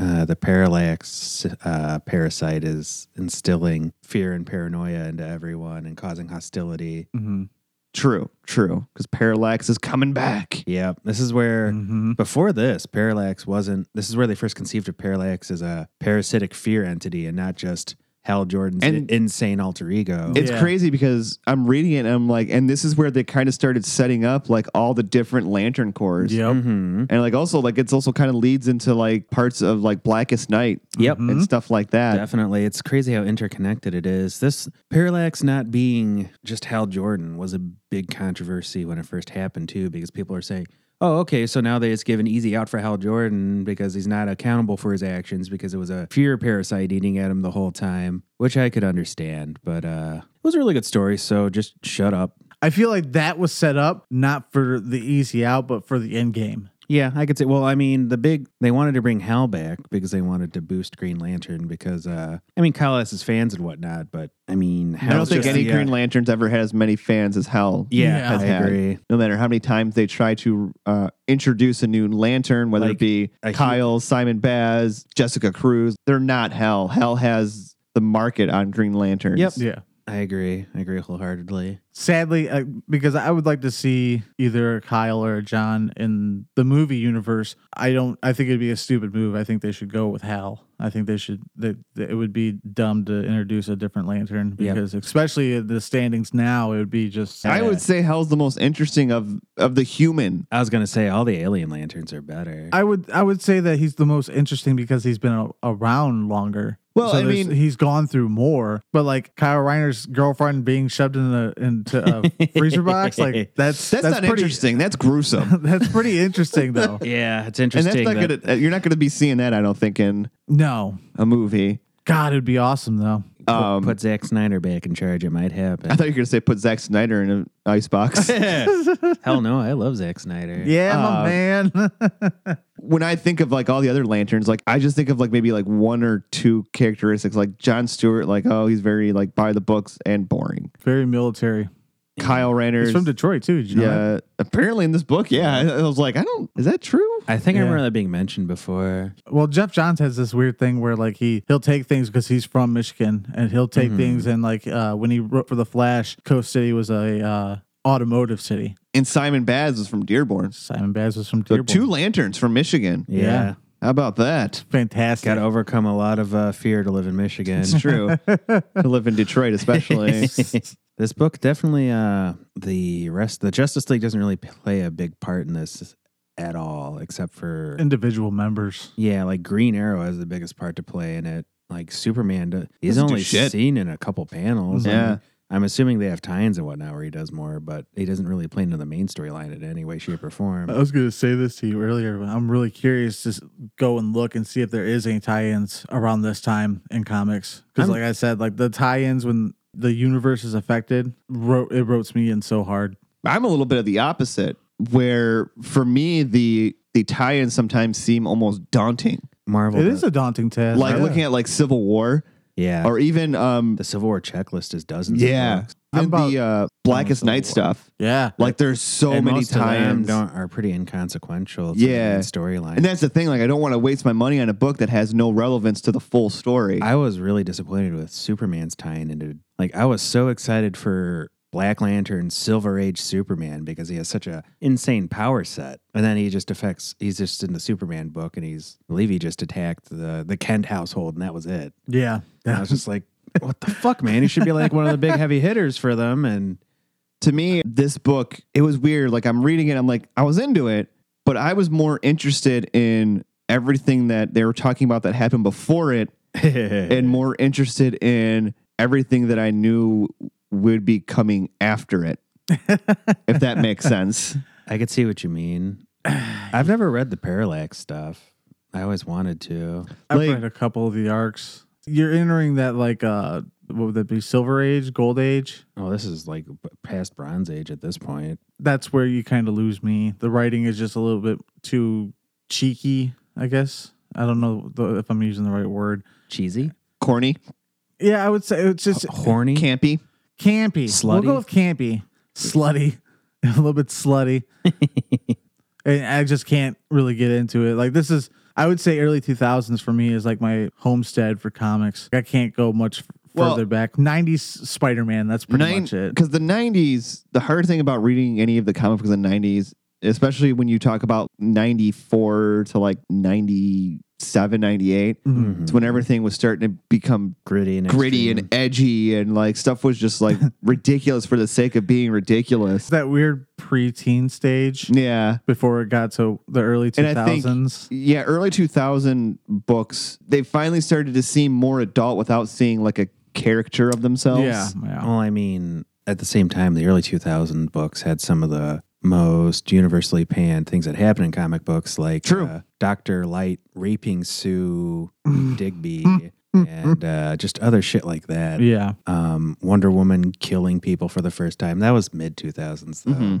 S3: Uh, the parallax uh, parasite is instilling fear and paranoia into everyone and causing hostility.
S2: Mhm.
S1: true, true, because Parallax is coming back.
S3: Yeah, this is where
S2: Mhm.
S3: before this, Parallax wasn't. This is where they first conceived of Parallax as a parasitic fear entity and not just Hal Jordan's
S1: And-
S3: i- insane alter ego.
S1: It's
S2: Yeah.
S1: crazy because I'm reading it and I'm like, and this is where they kind of started setting up like all the different lantern cores.
S2: Yep.
S3: Mhm.
S1: And like also like it's also kind of leads into like parts of like Blackest Night
S3: Yep. Mm-hmm.
S2: Mhm.
S1: and stuff like that.
S3: Definitely. It's crazy how interconnected it is. This Parallax not being just Hal Jordan was a big controversy when it first happened, too, because people are saying, oh, okay, so now they just give an easy out for Hal Jordan because he's not accountable for his actions because it was a fear parasite eating at him the whole time, which I could understand. But uh, it was a really good story, so just shut up.
S2: I feel like that was set up not for the easy out, but for the end game.
S3: Yeah, I could say. Well, I mean, the big they wanted to bring Hal back because they wanted to boost Green Lantern because uh I mean, Kyle has his fans and whatnot, but I mean,
S1: I don't
S3: Hal's
S1: think
S3: just-
S1: any
S3: yeah.
S1: Green Lanterns ever had as many fans as Hal.
S3: Yeah,
S2: Yeah.
S3: I
S1: has had.
S3: agree.
S1: No matter how many times they try to uh, introduce a new lantern, whether
S3: Like,
S1: it be
S3: a hu-
S1: Kyle, Simon Baz, Jessica Cruz, they're not Hal. Hal has the market on Green Lanterns.
S3: Yep.
S2: Yeah.
S3: I agree. I agree wholeheartedly.
S2: Sadly, uh, because I would like to see either Kyle or John in the movie universe. I don't. I think it'd be a stupid move. I think they should go with Hal. I think they should. That that it would be dumb to introduce a different Lantern
S3: Yeah.
S2: because, especially in the standings now, it would be just.
S1: I would say Hal's the most interesting of of the human.
S3: I was gonna say all the alien lanterns are better.
S2: I would I would say that he's the most interesting because he's been a- around longer.
S1: Well, I
S2: there's-
S1: mean-
S2: he's gone through more. But like Kyle Reiner's girlfriend being shoved in the into a freezer box, like that's
S1: That's, not
S2: pretty,
S1: interesting. That's gruesome.
S2: That's pretty interesting though.
S3: yeah, it's
S1: and
S3: interesting.
S1: that's not
S3: that-
S1: gonna. uh, You're not gonna be seeing that. I don't think in
S2: No,
S1: a movie.
S2: God, it'd be awesome though.
S1: Um,
S3: put Zack Snyder back in charge. It might happen.
S1: I thought you were gonna say put Zack Snyder in an ice box.
S3: Hell no, I love Zack Snyder.
S2: Yeah,
S1: Uh,
S2: my man.
S1: when I think of like all the other lanterns, like I just think of like maybe like one or two characteristics, like John Stewart, like oh he's very like by the books and boring.
S2: Very military.
S1: Kyle Rayner,
S2: He's from Detroit too. Did you know that?
S1: yeah, apparently in this book, yeah, I, I was like, I don't, is that true?
S3: I think I
S2: Yeah.
S3: remember that being mentioned before.
S2: Well, Jeff Johns has this weird thing where like he he'll take things because he's from Michigan, and he'll take things and like uh, when he wrote for the Flash, Coast City was a uh, automotive city.
S1: And Simon Baz was from Dearborn,
S2: Simon Baz was from
S1: so
S2: Dearborn.
S1: two lanterns from Michigan.
S3: Yeah.
S2: Yeah.
S1: How about that?
S2: fantastic.
S3: Got to overcome a lot of uh, fear to live in Michigan.
S1: It's true. to live in Detroit, especially.
S3: this book definitely uh the rest the Justice League doesn't really play a big part in this at all except for
S2: Individual members.
S3: yeah, like Green Arrow has the biggest part to play in it. Like Superman do- he's
S1: Doesn't do
S3: only
S1: shit.
S3: seen in a couple panels.
S1: Yeah.
S3: I'm- I'm assuming they have tie-ins and whatnot where he does more, but he doesn't really play into the main storyline in any way, shape, or form.
S1: Uh,
S2: I was going to say this to you earlier, but I'm really curious to s- go and look and see if there is any tie-ins around this time in comics. Because,
S3: I'm-
S2: like I said, like the tie-ins when the universe is affected, ro- it rotes me in so hard.
S1: I'm a little bit of the opposite, where for me the the tie-ins sometimes seem almost daunting.
S3: Marvel,
S2: It
S3: does-
S2: is a daunting task.
S1: Like
S2: Yeah.
S1: looking at like Civil War
S3: yeah,
S1: or even um
S3: the Civil War checklist is dozens. of
S1: Yeah.
S3: books.
S1: Even
S2: How
S1: the uh, Blackest Night stuff.
S2: yeah,
S1: Like there's so
S3: And
S1: many
S3: most of them
S1: tie-ins.
S3: don't are pretty inconsequential. To yeah,
S1: Yeah.
S3: the main
S1: And
S3: storyline.
S1: that's the thing. Like I don't want to waste my money on a book that has no relevance to the full story.
S3: I was really disappointed with Superman's tying into. Like I was so excited for Black Lantern, Silver Age Superman because he has such a insane power set, and then he just affects. He's just in the Superman book, and he's I believe he just attacked the the Kent household, and that was it.
S2: yeah,
S3: And I was just like, what the fuck, man? He should be like one of the big heavy hitters for them, and
S1: to me, this book, it was weird. Like I'm reading it, I'm like, I was into it, but I was more interested in everything that they were talking about that happened before it and more interested in everything that I knew would be coming after it. if that makes sense.
S3: I could see what you mean. I've never read the Parallax stuff. I always wanted to.
S2: I've
S1: Like-
S2: read a couple of the arcs. You're entering that like uh, what would that be? Silver Age, Gold Age.
S3: Oh, this is like b- past Bronze Age at this point.
S2: That's where you kind of lose me. The writing is just a little bit too cheeky, I guess. I don't know the, if I'm using the right word.
S3: Cheesy,
S1: Corny,
S2: Yeah, I would say it's just
S3: H-
S1: Oh,
S3: horny.
S1: campy.
S2: campy. We'll
S3: Slutty.
S2: go with campy, slutty, a little bit slutty. and I just can't really get into it. Like this is, I would say, early two thousands for me is like my homestead for comics. I can't go much f-
S1: Well-
S2: further back. Nineties Spider Man. That's pretty much it.
S1: Because the 90s, the hard thing about reading any of the comic books in the 90s, especially when you talk about 94 to like 97, 98,
S2: Mhm.
S1: it's when everything was starting to become
S3: Gritty and
S1: gritty
S3: extreme.
S1: and edgy and like stuff was just like ridiculous for the sake of being
S2: It's
S1: ridiculous.
S2: that weird preteen stage
S1: Yeah.
S2: before it got to the early two
S1: And I think-
S2: thousands.
S1: Yeah, early 2000 books, they finally started to seem more adult without seeing like a character of themselves.
S2: Yeah, yeah.
S3: Well, I mean, at the same time, the early 2000 books had some of the most universally panned things that happen in comic books, like uh,
S1: True.
S3: Doctor Light raping Sue Digby,
S1: Hmm.
S3: and uh, just other shit like that.
S2: Yeah.
S3: Um, Wonder Woman killing people for the first time. That was mid two thousands though.
S1: Mm-hmm.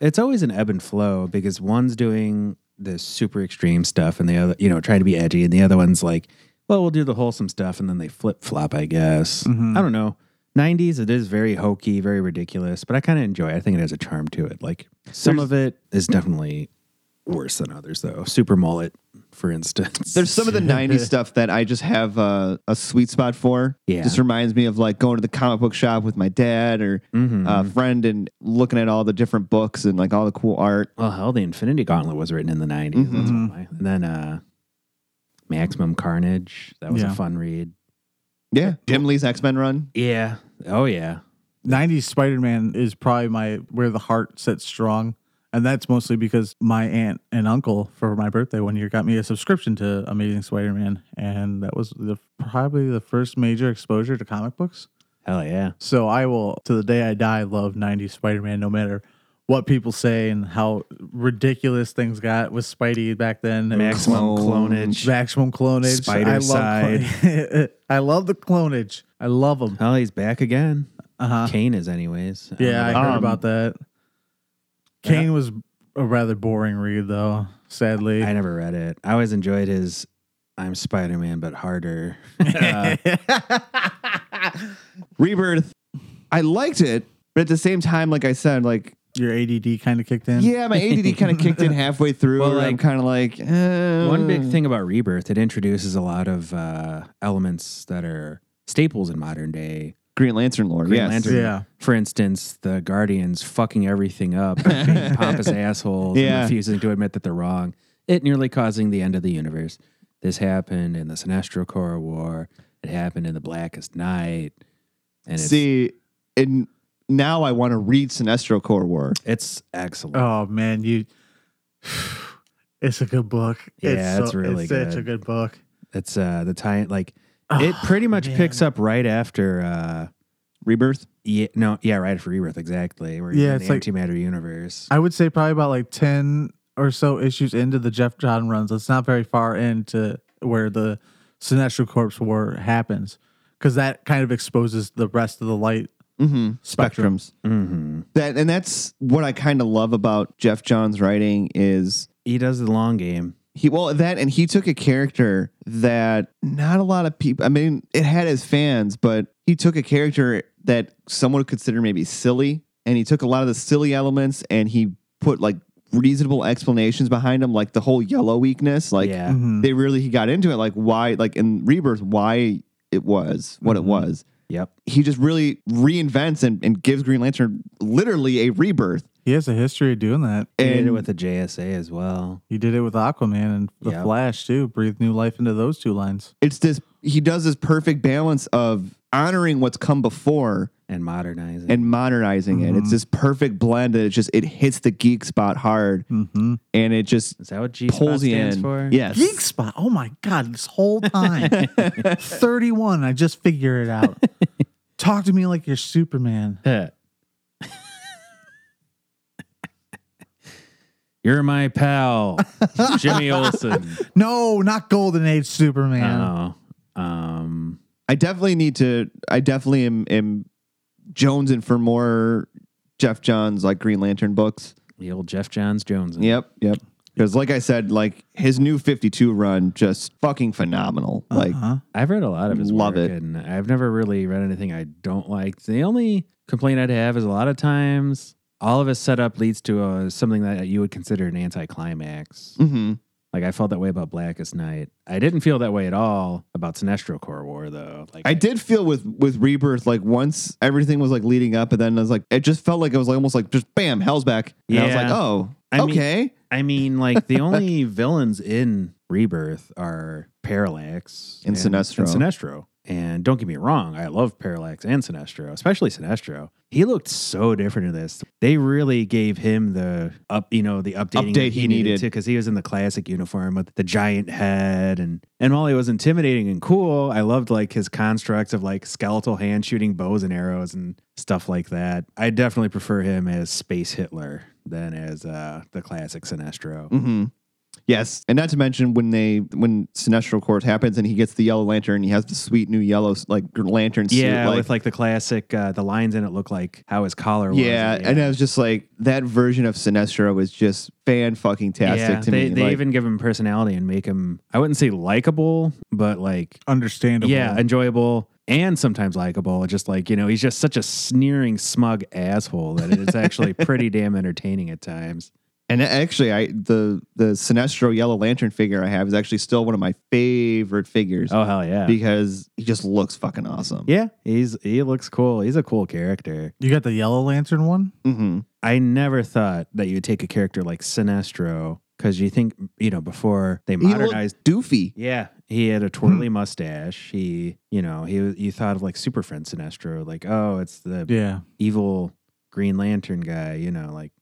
S3: It's always an ebb and flow because one's doing the super extreme stuff, and the other, you know, trying to be edgy, and the other one's like, well, we'll do the wholesome stuff, and then they flip flop. I guess
S1: Mm-hmm.
S2: Mhm.
S3: I don't know. 90s, it is very hokey, very ridiculous, but I kind of enjoy it. I think it has a charm to it. Like some
S1: There's-
S3: of it is definitely worse than others, though. Super Mullet, for instance.
S1: There's some of the '90s stuff that I just have uh, a sweet spot for.
S3: Yeah.
S1: just reminds me of like going to the comic book shop with my dad or
S3: Mhm.
S1: a friend and looking at all the different books and like all the cool art.
S3: Well, hell, the Infinity Gauntlet was written in the 90s. That's
S2: Mm-hmm.
S3: why. And then uh, Maximum Carnage. That was
S2: Yeah.
S3: a fun read.
S1: Yeah, Jim Lee's X Men run.
S3: Yeah. Oh, yeah.
S2: 90s Spider-Man is probably my where the heart sets strong. And that's mostly because my aunt and uncle for my birthday one year got me a subscription to Amazing Spider-Man and that was the, probably the first major exposure to comic books.
S3: Hell yeah.
S2: So I will to the day I die love 90s Spider-Man no matter what people say and how ridiculous things got with Spidey back then. It was
S3: Maximum
S1: Clones.
S3: Clonage.
S2: maximum clonage.
S3: Spider
S2: I love clon- I love the clonage. I love them.
S3: Hell, he's back again.
S2: Uh-huh.
S3: Kane is, anyways.
S2: Yeah, I
S3: Um,
S2: heard
S1: Um,
S2: about that. Kane was a rather boring read, though. Sadly,
S3: I never read it. I always enjoyed his I'm Spider Man, but harder. Uh,
S2: Uh,
S1: Rebirth. I liked it, but at the same time, like I said, like
S2: your ADD kind of kicked in.
S1: yeah, my ADD kind of kicked in halfway through.
S3: Well,
S1: and I'm
S3: like,
S1: kind of like eh.
S3: One big thing about Rebirth, it introduces a lot of uh, elements that are staples in modern day
S1: Green Lantern lore.
S3: Green
S1: yes.
S3: Lantern.
S2: Yeah.
S3: For instance, the Guardians fucking everything up, being pompous assholes,
S1: Yeah.
S3: and refusing to admit that they're wrong, it nearly causing the end of the universe. This happened in the Sinestro Corps War. It happened in the Blackest Night. And it's,
S1: See, and now I want to read Sinestro Core War.
S3: it's excellent.
S2: Oh man, you. It's a good book.
S3: Yeah, it's really
S2: It's such
S3: good.
S2: a good book.
S3: It's uh, the tie, like,
S2: Oh,
S3: it pretty much picks up right after. Uh,
S1: Rebirth.
S3: Yeah, no, yeah, right after Rebirth, exactly. Where
S2: Yeah,
S3: yeah, it's
S2: it's
S3: the
S2: like-
S3: antimatter universe.
S2: I would say probably about like ten or so issues into the Jeff John runs. It's not very far into where the Sinestro Corps War happens, because that kind of exposes the rest of the light
S1: Mm-hmm.
S2: spectrum.
S1: Spectrums.
S3: hmm
S1: That and that's what I kind of love about Jeff John's writing is
S3: He does the long game.
S1: he well that and he took a character that not a lot of people I mean it had his fans but he took a character that someone would consider maybe silly and he took a lot of the silly elements and he put like reasonable explanations behind them like the whole yellow weakness like mm-hmm.
S3: yeah,
S2: Mhm.
S1: they really he got into it like why like in rebirth why it was what it was
S3: yep.
S1: he just really reinvents and, and gives green lantern literally a rebirth
S2: He has a history of doing that.
S3: He did it
S1: and
S3: with the JSA as well.
S2: He did it with Aquaman and The
S3: Yeah.
S2: Flash too. Breathe new life into those two lines.
S1: it's this he does this perfect balance of honoring what's come before
S3: And modernizing.
S1: and modernizing it.
S3: Mm-hmm.
S1: It's this perfect blend that it just it hits the geek spot hard
S2: Mm-hmm.
S1: and it just
S3: is that what G spot
S1: pulls you
S3: stands
S1: in.
S3: for?
S1: Yes.
S2: Geek spot. Oh my god! This whole time, thirty-one. I just figure it out. Talk to me like you're Superman.
S3: You're my pal, Jimmy Olsen.
S2: No, not Golden Age Superman.
S3: Oh, um,
S1: I definitely need to I definitely am am jonesing for more Jeff Johns like Green Lantern books.
S3: the old Jeff Johns Jones.
S1: Yep, yep. Because like I said, like his new 52 run just fucking phenomenal. Like
S2: Uh-huh.
S3: I've read a lot of his
S1: Love
S3: work,
S1: it.
S3: and I've never really read anything I don't like. The only complaint I'd have is a lot of times all of his setup leads to uh something that you would consider an anticlimax.
S1: mhm.
S3: Like I felt that way about Blackest Night. I didn't feel that way at all about Sinestro Corps War, though. Like
S1: I did feel with with Rebirth like once everything was like leading up and then I was like it just felt like it was like, almost like just bam, hell's back. And I was
S3: Yeah.
S1: like, "Oh,
S3: I mean-
S1: okay."
S3: I mean, like the only villains in Rebirth are Parallax
S1: And Sinestro.
S3: And Sinestro. And don't get me wrong, I love Parallax and Sinestro, especially Sinestro. He looked so different in this. They really gave him the up, you know, the updating
S1: Update he needed.
S3: because he was in the classic uniform with the giant head, and and while he was intimidating and cool, I loved like his constructs of like skeletal hand shooting bows and arrows and stuff like that. I definitely prefer him as Space Hitler than as uh, the classic Sinestro.
S1: hmm Yes, and not to mention when they when Sinestro Corps happens and he gets the yellow lantern, he has the sweet new yellow like lantern suit.
S3: Yeah,
S1: like,
S3: with like the classic, uh, the lines in it look like how his collar was.
S1: yeah, and I was just like that version of Sinestro was just fan fucking tastic
S3: yeah,
S1: to
S3: they,
S1: me.
S3: they
S1: like,
S3: even give him personality and make him, I wouldn't say likable, but like,
S2: Understandable.
S3: yeah, enjoyable and sometimes likable. Just like, you know, he's just such a sneering, smug asshole that it's actually pretty damn entertaining at times.
S1: and actually, I the the Sinestro yellow lantern figure I have is actually still one of my favorite figures
S3: Oh, hell yeah.
S1: because he just looks fucking awesome.
S3: yeah, he's he looks cool. He's a cool character.
S2: You got the Yellow Lantern one?
S1: hmm
S3: I never thought that you would take a character like Sinestro because you think, you know, before they
S1: He
S3: modernized
S1: looked doofy.
S3: Yeah, he had a twirly mustache. He, you know, he you thought of like Super Friend Sinestro, like oh, it's the
S2: Yeah.
S3: evil Green Lantern guy. You know, like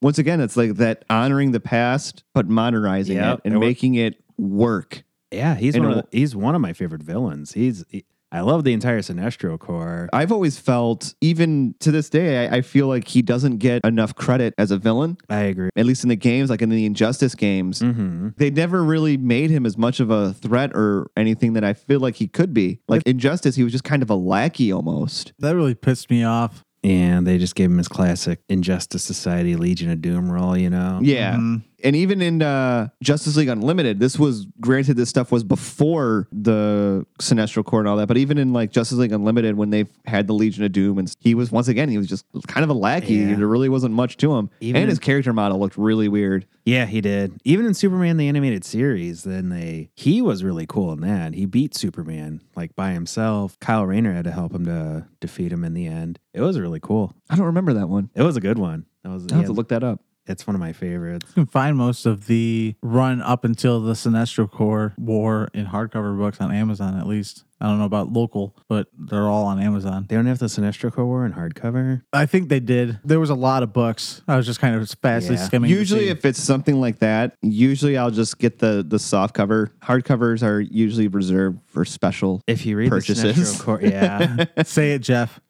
S1: Once again, it's like that honoring the past but modernizing
S3: Yep,
S1: it and
S3: it wa-
S1: making it work.
S3: yeah, he's
S1: And
S3: one
S1: a-
S3: of the, he's one of my favorite villains. He's he- I love the entire Sinestro core.
S1: I've always felt, even to this day, I, I feel like he doesn't get enough credit as a villain,
S3: I agree.
S1: at least in the games, like in the Injustice games.
S3: hmm
S1: They never really made him as much of a threat or anything that I feel like he could be. Like Injustice, he was just kind of a lackey almost.
S2: That really pissed me off.
S3: And they just gave him his classic Injustice Society Legion of Doom role. You know,
S1: Yeah.
S2: Mhm.
S1: And even in uh, Justice League Unlimited, this was granted, this stuff was before the Sinestro Corps and all that. But even in like Justice League Unlimited, when they had the Legion of Doom, and he was once again, he was just kind of a lackey.
S3: Yeah.
S1: There really wasn't much to him.
S3: Even
S1: and his
S3: in-
S1: character model looked really weird.
S3: Yeah, he did. Even in Superman the animated series, then they he was really cool in that. He beat Superman like by himself. Kyle Rayner had to help him to defeat him in the end. It was really cool.
S1: I don't remember that one.
S3: It was a good one. That was
S1: I'll have
S3: yeah,
S1: to look that up.
S3: it's one of my favorites.
S2: You can find most of the run up until the Sinestro Corps War in hardcover books on Amazon, at least. I don't know about local, but they're all on Amazon.
S3: They don't have the Sinestro Corps War in hardcover.
S2: I think they did. There was a lot of books. I was just kind of fastly
S3: Yeah.
S2: skimming. to
S1: Usually,
S2: see.
S1: if it's something like that, usually I'll just get the the soft cover. Hard covers are usually reserved for special.
S3: If you read the
S1: Purchases.
S3: Sinestro Corps, yeah.
S2: say it, Jeff.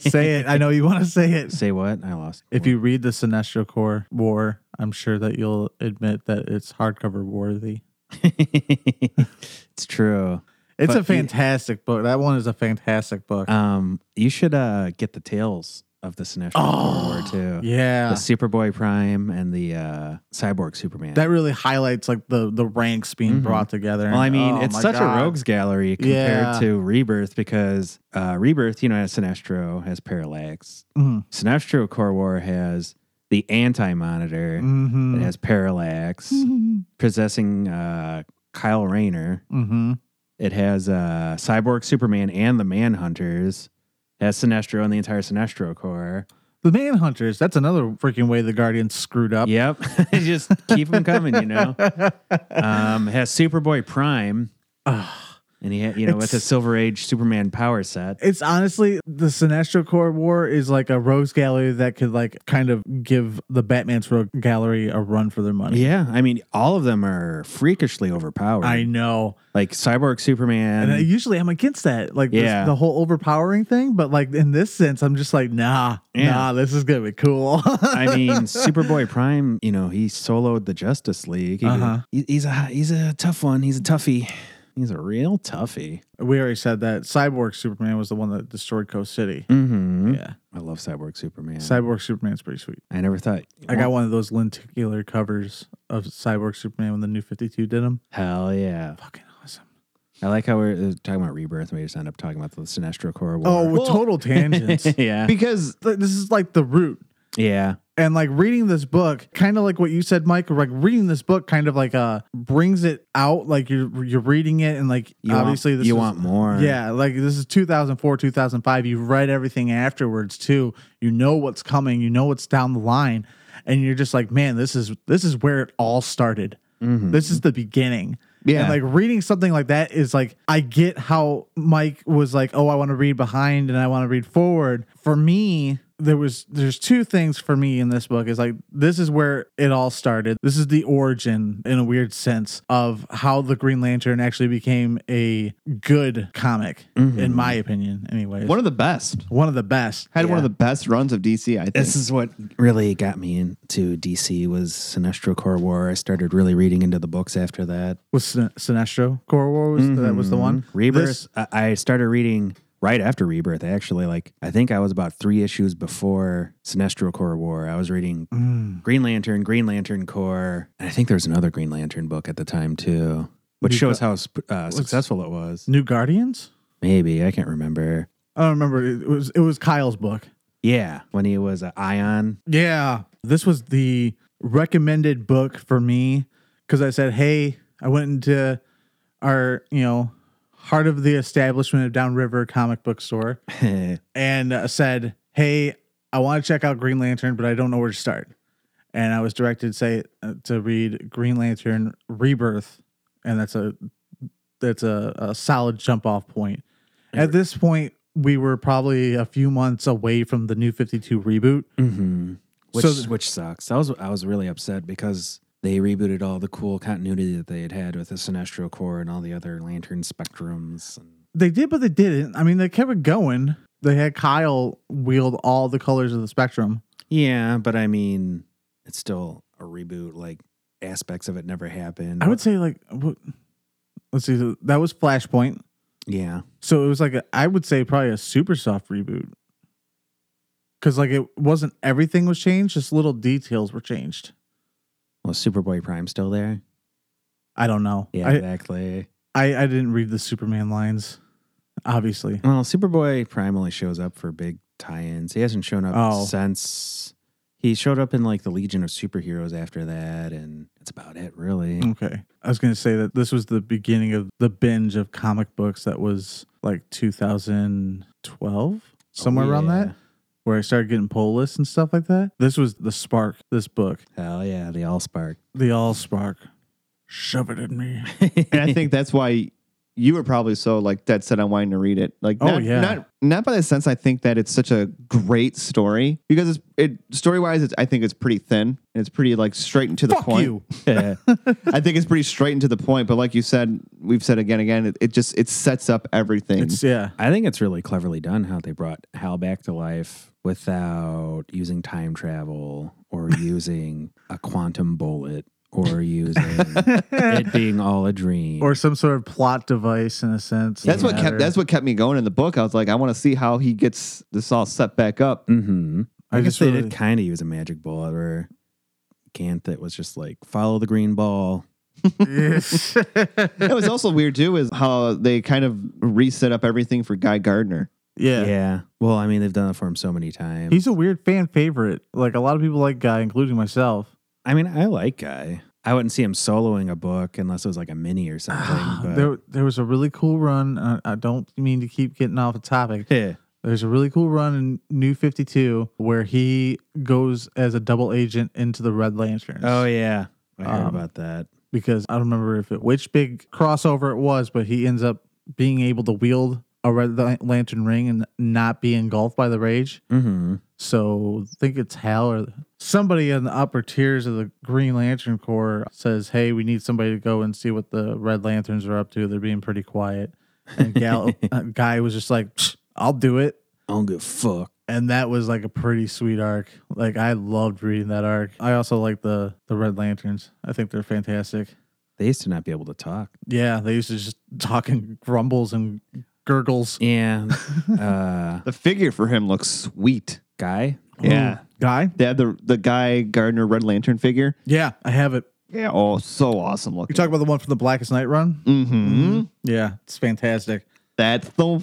S2: say it. I know you want to say it.
S3: Say what? I lost.
S2: If you read the Sinestro Corps War, I'm sure that you'll admit that it's hardcover worthy.
S3: it's true.
S2: It's
S3: But
S2: a
S3: you-
S2: fantastic book. That one is a fantastic book.
S3: Um, you should uh get the tales of the Sinestro Corps War
S2: Oh,
S3: too.
S2: yeah.
S3: The Superboy Prime and the uh, Cyborg Superman.
S2: that really highlights like the the ranks being
S3: Mhm.
S2: brought together.
S3: Well, I mean,
S2: Oh
S3: it's
S2: my
S3: such
S2: God.
S3: a rogues gallery compared
S2: Yeah.
S3: to Rebirth because uh, Rebirth, you know, has Sinestro, has Parallax.
S2: Mhm.
S3: Sinestro Core War has the Anti Monitor,
S2: Mhm.
S3: it has Parallax,
S2: Mhm.
S3: possessing uh, Kyle Rayner.
S2: Mhm.
S3: It has uh, Cyborg Superman and the Manhunters. It has Sinestro and the entire Sinestro Corps.
S2: The Manhunters. That's another freaking way the Guardians screwed up.
S3: Yep. Just keep them coming, you know. Um, it has Superboy Prime,
S2: Ugh.
S3: and he, had, you know, with his
S2: It's-
S3: Silver Age Superman power set.
S2: It's honestly the Sinestro Corps War is like a rogues gallery that could like kind of give the Batman's rogue gallery a run for their money.
S3: Yeah, I mean, all of them are freakishly overpowered.
S2: I know.
S3: like Cyborg Superman.
S2: And I, usually I'm against that, like this-
S3: Yeah.
S2: the whole overpowering thing. But like in this sense, I'm just like, nah,
S3: Yeah.
S2: nah, this is gonna be cool.
S3: I mean, Superboy Prime. You know, he soloed the Justice League. He-
S2: Uh-huh.
S3: he- he's a he's a tough one. He's a toughie. He's a real toughie.
S2: we already said that Cyborg Superman was the one that destroyed Coast City.
S3: Mm-hmm.
S2: Yeah,
S3: I love Cyborg Superman.
S2: Cyborg Superman's pretty sweet.
S3: I never thought.
S2: I got one of those lenticular covers of Cyborg Superman when the New Fifty Two did them.
S3: Hell yeah!
S2: Fucking awesome.
S3: I like how we're uh, talking about Rebirth. and We just end up talking about the Sinestro Corps.
S2: Oh,
S3: War.
S2: with total tangents.
S3: yeah,
S1: Because
S2: Th- this is like the root.
S3: yeah.
S2: And like reading this book, kind of like what you said, Mike. Like reading this book, kind of like uh brings it out. Like you're you're reading it, and like
S3: You
S2: obviously
S3: want,
S2: this
S3: you
S2: was-
S3: want more.
S2: Yeah, like this is 2004, 2005. You've read everything afterwards too. You know what's coming. You know what's down the line, and you're just like, man, this is this is where it all started.
S3: Mhm.
S2: This is the beginning.
S1: Yeah.
S2: and like reading something like that is like I get how Mike was like, oh, I want to read behind and I want to read forward. For me, there was there's two things for me in this book is like this is where it all started this is the origin in a weird sense of how the green lantern actually became a good comic in my opinion anyways
S1: Mm-hmm. One of the best.
S2: one of the best
S1: Had one of the best runs of DC, I think.
S3: This is what really got me into DC was Sinestro Core War. I started really reading into the books after that. Mm-hmm.
S2: was Sin- Sinestro Core Wars. That was the one.
S1: Mm-hmm.
S3: Rebirth.
S2: This-
S3: I, I started reading right after Rebirth. Actually, like I think I was about three issues before Sinestro Core War. I was reading
S1: Mm.
S3: Green Lantern, Green Lantern Core, and I think there was another Green Lantern book at the time too, which shows how sp- uh, successful it was.
S2: New Guardians.
S3: Maybe I can't remember.
S2: I don't remember. It was it was Kyle's book.
S3: Yeah, when he was an Ion.
S2: Yeah, this was the recommended book for me because I said, hey, I went into our you know heart of the establishment of Downriver comic book store
S3: Mm-hmm.
S2: and uh, said, hey, I want to check out Green Lantern, but I don't know where to start. And I was directed to say uh, to read Green Lantern Rebirth, and that's a that's a, a solid jump off point. At this point, we were probably a few months away from the New Fifty Two reboot.
S3: Mm-hmm. Which
S2: So th-
S3: which sucks. I was I was really upset because they rebooted all the cool continuity that they had had with the Sinestro Corps and all the other Lantern spectrums. And
S2: They did, but they didn't. I mean, they kept it going. They had Kyle wield all the colors of the spectrum.
S3: yeah, but I mean, it's still a reboot. Like aspects of it never happened.
S2: I would say like, what, let's see, that was Flashpoint.
S3: yeah,
S2: So it was like a, I would say probably a super soft reboot. Cause like it wasn't everything was changed, just little details were changed.
S3: well, Superboy Prime still there.
S2: I don't know.
S3: Yeah,
S2: I,
S3: exactly.
S2: I, I didn't read the Superman lines, obviously.
S3: Well, Superboy Prime only shows up for big tie-ins. He hasn't shown up
S2: Oh.
S3: since he showed up in like the Legion of Superheroes after that, and that's about it, really.
S2: Okay. I was gonna say that this was the beginning of the binge of comic books that was like 2012, somewhere around
S3: Yeah.
S2: that, where I started getting poll lists and stuff like that. This was the spark, this book,
S3: Hell yeah, the All Spark.
S2: the all spark. Shove it in me.
S1: and I think that's why you were probably so like dead set on wanting to read it. Like,
S2: Oh,
S1: not,
S2: yeah.
S1: not not by the sense I think that it's such a great story because it's it story wise, it's I think it's pretty thin and it's pretty like straight and to the
S2: Fuck
S1: point.
S2: you.
S1: I think it's pretty straight and to the point. But like you said, we've said again, again, it, it just it sets up everything.
S2: It's yeah.
S3: I think it's really cleverly done how they brought Hal back to life without using time travel or using a quantum bullet or using it being all a dream.
S2: or some sort of plot device in a sense.
S1: that's what
S2: Yeah.
S1: kept that's what kept me going in the book. I was like, I want to see how he gets this all set back up.
S3: mm-hmm. I,
S2: I
S3: guess
S2: just
S3: they
S2: really-
S3: did kind of use a magic bullet or Gant that was just like follow the green ball.
S2: Yes.
S1: it was also weird too, is how they kind of reset up everything for Guy Gardner.
S2: yeah.
S3: Yeah. Well, I mean, they've done it for him so many times.
S2: He's a weird fan favorite. Like a lot of people like Guy, including myself.
S3: I mean, I like Guy. I wouldn't see him soloing a book unless it was like a mini or something. but
S2: Ah, There, there was a really cool run. I, I don't mean to keep getting off the topic.
S3: Yeah.
S2: There's a really cool run in New 52 where he goes as a double agent into the Red Lanterns.
S3: Oh yeah, I
S2: Um,
S3: heard about that.
S2: Because I don't remember if it which big crossover it was, but he ends up being able to wield a Red Lan- Lantern ring and not be engulfed by the rage.
S3: Mm-hmm.
S2: So I think it's Hal or somebody in the upper tiers of the Green Lantern Corps says, "Hey, we need somebody to go and see what the Red Lanterns are up to. They're being pretty quiet." And Gal uh, guy was just like, "Psh, "I'll do it,"
S3: I don't give a fuck.
S2: and that was like a pretty sweet arc. Like I loved reading that arc. I also like the the Red Lanterns. I think they're fantastic.
S3: They used to not be able to talk.
S2: Yeah, they used to just talk in grumbles and gurgles.
S3: Yeah. uh,
S1: The figure for him looks sweet.
S3: guy.
S1: Yeah.
S2: Ooh, guy.
S1: They had the the guy Gardner Red Lantern figure.
S2: Yeah, I have it.
S1: Yeah. Oh, so awesome
S2: You
S1: looking.
S2: talk about the one from the Blackest Night run.
S1: mm-hmm.
S2: Yeah, it's fantastic.
S1: That's the one.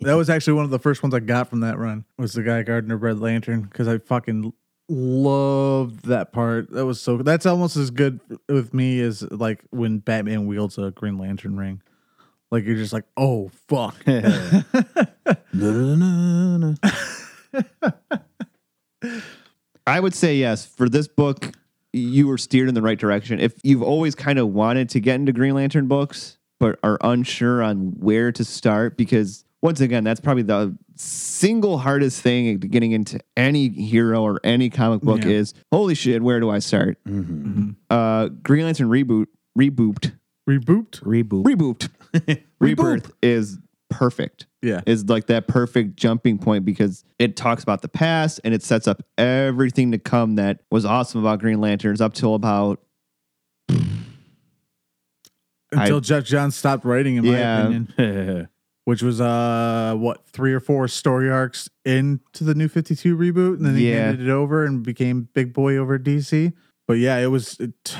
S2: That was actually one of the first ones I got from that run. Was the guy Gardner Red Lantern because I fucking loved that part. That was so. That's almost as good with me as like when Batman wields a Green Lantern ring. Like you're just like, oh fuck.
S3: Na-na-na-na.
S1: I would say yes for this book. You were steered in the right direction. If you've always kind of wanted to get into Green Lantern books, but are unsure on where to start, because once again, that's probably the single hardest thing getting into any hero or any comic book
S2: Yeah.
S1: is holy shit, where do I start?
S3: Mm-hmm.
S1: Uh, Green Lantern reboot, rebooped,
S2: Rebooped.
S3: Reboot.
S1: rebooped, rebirth is perfect.
S2: Yeah.
S1: Is like that perfect jumping point because it talks about the past and it sets up everything to come that was awesome about Green Lanterns up till about
S2: Until
S1: I-
S2: Jeff Johns stopped writing, in my
S1: Yeah.
S2: opinion, which was uh what three or four story arcs into the New Fifty Two reboot, and then he
S1: Yeah.
S2: handed it over and became big boy over at DC. But yeah, it was it,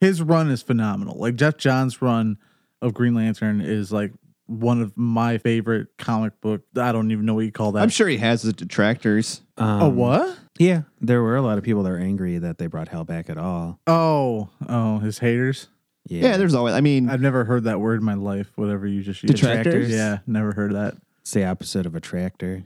S2: his run is phenomenal. Like Jeff Johns' run of Green Lantern is like one of my favorite comic book. I don't even know what you call that.
S1: I'm sure he has his detractors.
S3: Um,
S2: A what?
S3: Yeah, there were a lot of people that were angry that they brought Hal back at all.
S2: Oh, oh, his haters.
S1: Yeah, there's always I mean
S2: I've never heard that word in my life. Whatever you just used.
S3: Detractors?
S2: Yeah, never heard that.
S3: it's the opposite of attractor.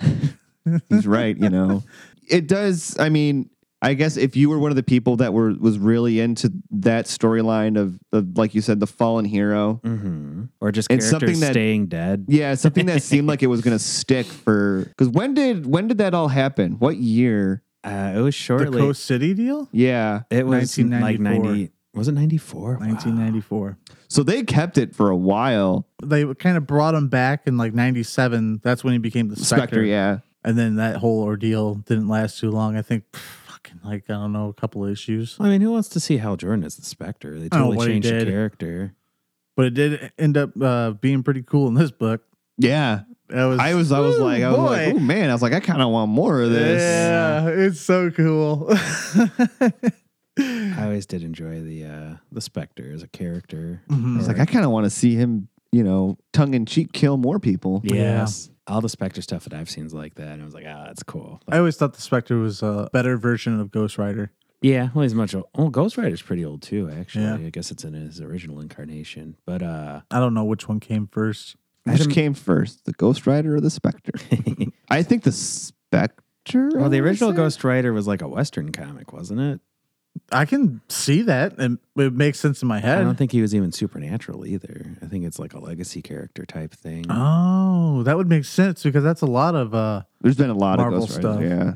S1: he's right you know it does i mean i guess if you were one of the people that were was really into that storyline of, of like you said the fallen hero
S3: mm-hmm. Or just
S1: It's
S3: characters
S1: something that-
S3: staying dead.
S1: yeah something that seemed like it was going to stick for because when did when did that all happen what year
S3: Uh, it was
S2: The
S3: shortly.
S2: Coast City deal.
S1: yeah
S3: it was like
S2: 1994.
S3: 90. Was it 94? Wow.
S2: 1994.
S1: so they kept it for a while
S2: They kind of brought him back in like 97. That's when he became the Spectre.
S1: spectre, yeah
S2: And then that whole ordeal didn't last too long. I think pff, fucking like, I don't know, a couple issues.
S3: I mean, who wants to see Hal Jordan as the Spectre? They
S2: I don't know
S3: totally
S2: Oh, what he
S3: changed the
S2: did.
S3: character.
S2: But it did end up uh, being pretty cool in this book.
S1: yeah
S2: That was,
S1: i was i was
S2: Ooh,
S1: like i was like
S2: boy.
S1: oh man i was like i kind of want more of this
S2: Yeah, it's so cool.
S3: I always did enjoy the uh, the Spectre as a character.
S2: Mhm.
S1: i was like i kind of want to see him you know tongue in cheek kill more people
S3: Yes. All the Spectre stuff that I've seen is like that. And I was like, ah, that's cool.
S2: I always thought the Spectre was a better version of Ghost Rider.
S3: Yeah, well, he's much old. Oh, Ghost Rider's pretty old too, actually.
S2: Yeah.
S3: I guess it's in his original incarnation. But uh
S2: I don't know which one came first.
S1: Which
S3: Adam-
S1: came first, the Ghost Rider or the Spectre? I think the Spectre.
S3: well, the
S1: I wanna
S3: original
S1: say?
S3: Ghost Rider was like a Western comic, wasn't it?
S2: I can see that, and it makes sense in my
S3: I don't
S2: head.
S3: think he was even supernatural either. I think it's like a legacy character type thing.
S2: Oh, that would make sense because that's a lot of uh,
S1: There's been a lot
S2: Marvel
S1: of Ghost Riders. Yeah.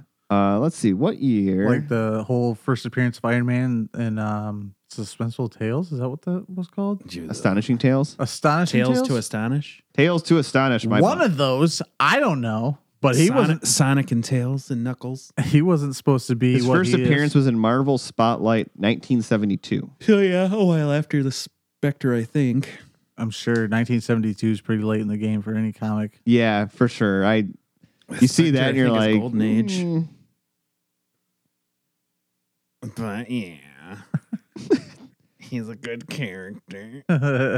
S1: Uh, let's see. What year?
S2: like the whole first appearance of Iron Man and um Suspenseful Tales. Is that what that was called?
S3: Did you-
S1: Astonishing Tales.
S2: Astonishing
S3: Tales
S2: Tales,
S3: to Astonish.
S1: Tales to Astonish. My
S2: One
S1: bad.
S2: of those, I don't know, but he
S3: Sonic,
S2: wasn't.
S3: Sonic and Tails and Knuckles.
S2: He wasn't supposed to be.
S1: his
S2: what
S1: first
S2: he is.
S1: appearance was in Marvel Spotlight, 1972.
S3: So yeah, Oh, a while after the Spectre, I think.
S2: I'm sure 1972 is pretty late in the game for any comic.
S1: Yeah, for sure. I. You see that and you're like,
S3: Golden Age.
S1: "Mm."
S3: But yeah. He's a good character.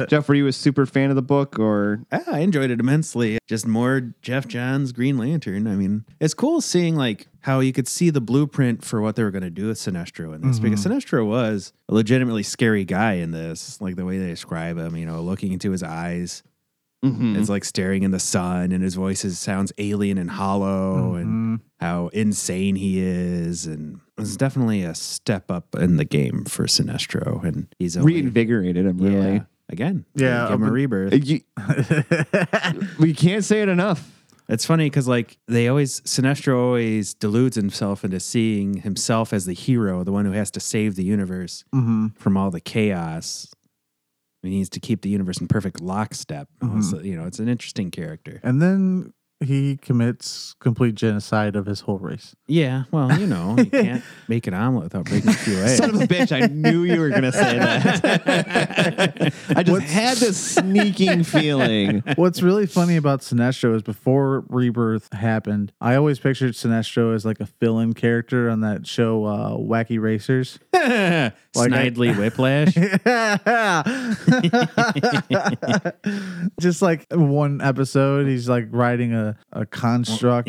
S1: Jeff, were you a super fan of the book or?
S3: Ah, I enjoyed it immensely. Just more Jeff Johns Green Lantern. I mean, it's cool seeing like how you could see the blueprint for what they were going to do with Sinestro in this because Sinestro was a legitimately scary guy in this. Like the way they describe him, you know, looking into his eyes,
S1: Mhm.
S3: it's like staring in the sun, and his voice is, sounds alien and hollow, and
S2: Mhm.
S3: how insane he is. And it's definitely a step up in the game for Sinestro. And he's only,
S1: reinvigorated him?
S3: Yeah.
S1: Really?
S3: again.
S2: Yeah,
S3: give him a
S2: up-
S3: rebirth.
S1: You- we can't say it enough.
S3: It's funny because like they always Sinestro always deludes himself into seeing himself as the hero, the one who has to save the universe
S2: Mhm.
S3: from all the chaos. He needs to keep the universe in perfect lockstep. So, you know, it's an interesting character.
S2: And then he commits complete genocide of his whole race.
S3: Yeah, well, you know, you can't make an omelet without breaking a few eggs.
S1: Son of a bitch, I knew you were going to say that. I just had this sneaking feeling.
S2: What's really funny about Sinestro is before Rebirth happened, I always pictured Sinestro as like a fill-in character on that show uh, Wacky Racers. Like I-
S3: Snidely Whiplash.
S2: Just like one episode, he's like riding a, a construct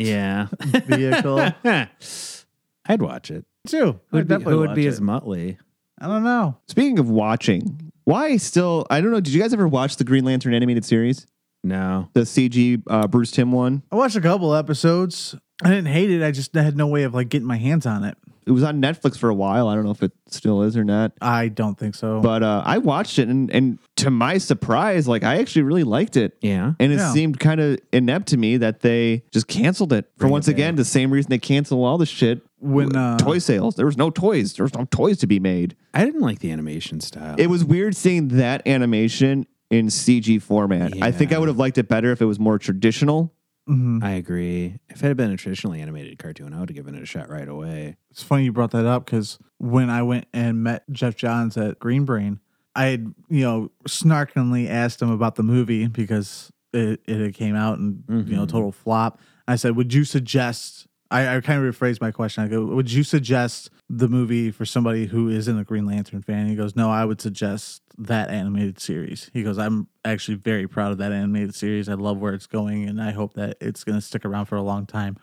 S3: Yeah,
S2: vehicle.
S3: I'd watch it.
S2: Too.
S3: Who would
S2: I'd
S3: be,
S2: definitely
S3: who would
S2: watch
S3: be
S2: it.
S3: his Muttley?
S2: I don't know.
S1: Speaking of watching, why still? I don't know. Did you guys ever watch the Green Lantern animated series?
S3: No,
S1: The CG uh, Bruce Tim one?
S2: I watched a couple episodes. I didn't hate it. I just had no way of like getting my hands on it.
S1: It was on Netflix for a while. I don't know if it still is or not.
S2: I don't think so.
S1: But uh, I watched it, and, and to my surprise, like I actually really liked it.
S3: Yeah.
S1: And it
S2: Yeah.
S1: seemed kind of inept to me that they just canceled it for
S3: Bring it
S1: once
S3: back.
S1: again the same reason they cancel all the shit.
S2: when uh,
S1: toy sales, there was no toys. There was no toys to be made.
S3: I didn't like the animation style.
S1: It was weird seeing that animation in CG format. I think I
S3: Yeah.
S1: would have liked it better if it was more traditional.
S2: mhm.
S3: I agree. If it had been a traditionally animated cartoon, I would have given it a shot right away.
S2: It's funny you brought that up because when I went and met Jeff Johns at Green Brain, I had, you know, snarkingly asked him about the movie because it, it had came out and, you know,
S3: Mhm.
S2: total flop. I said, Would you suggest? I, I kind of rephrased my question. I go, Would you suggest the movie for somebody who isn't a Green Lantern fan? He goes, No, I would suggest that animated series. He goes, I'm actually very proud of that animated series. I love where it's going and I hope that it's going to stick around for a long time.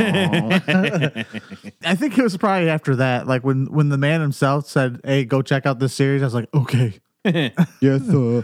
S2: I think it was probably after that, like when when the man himself said, "Hey, go check out this series." I was like, "Okay,
S1: yes, uh,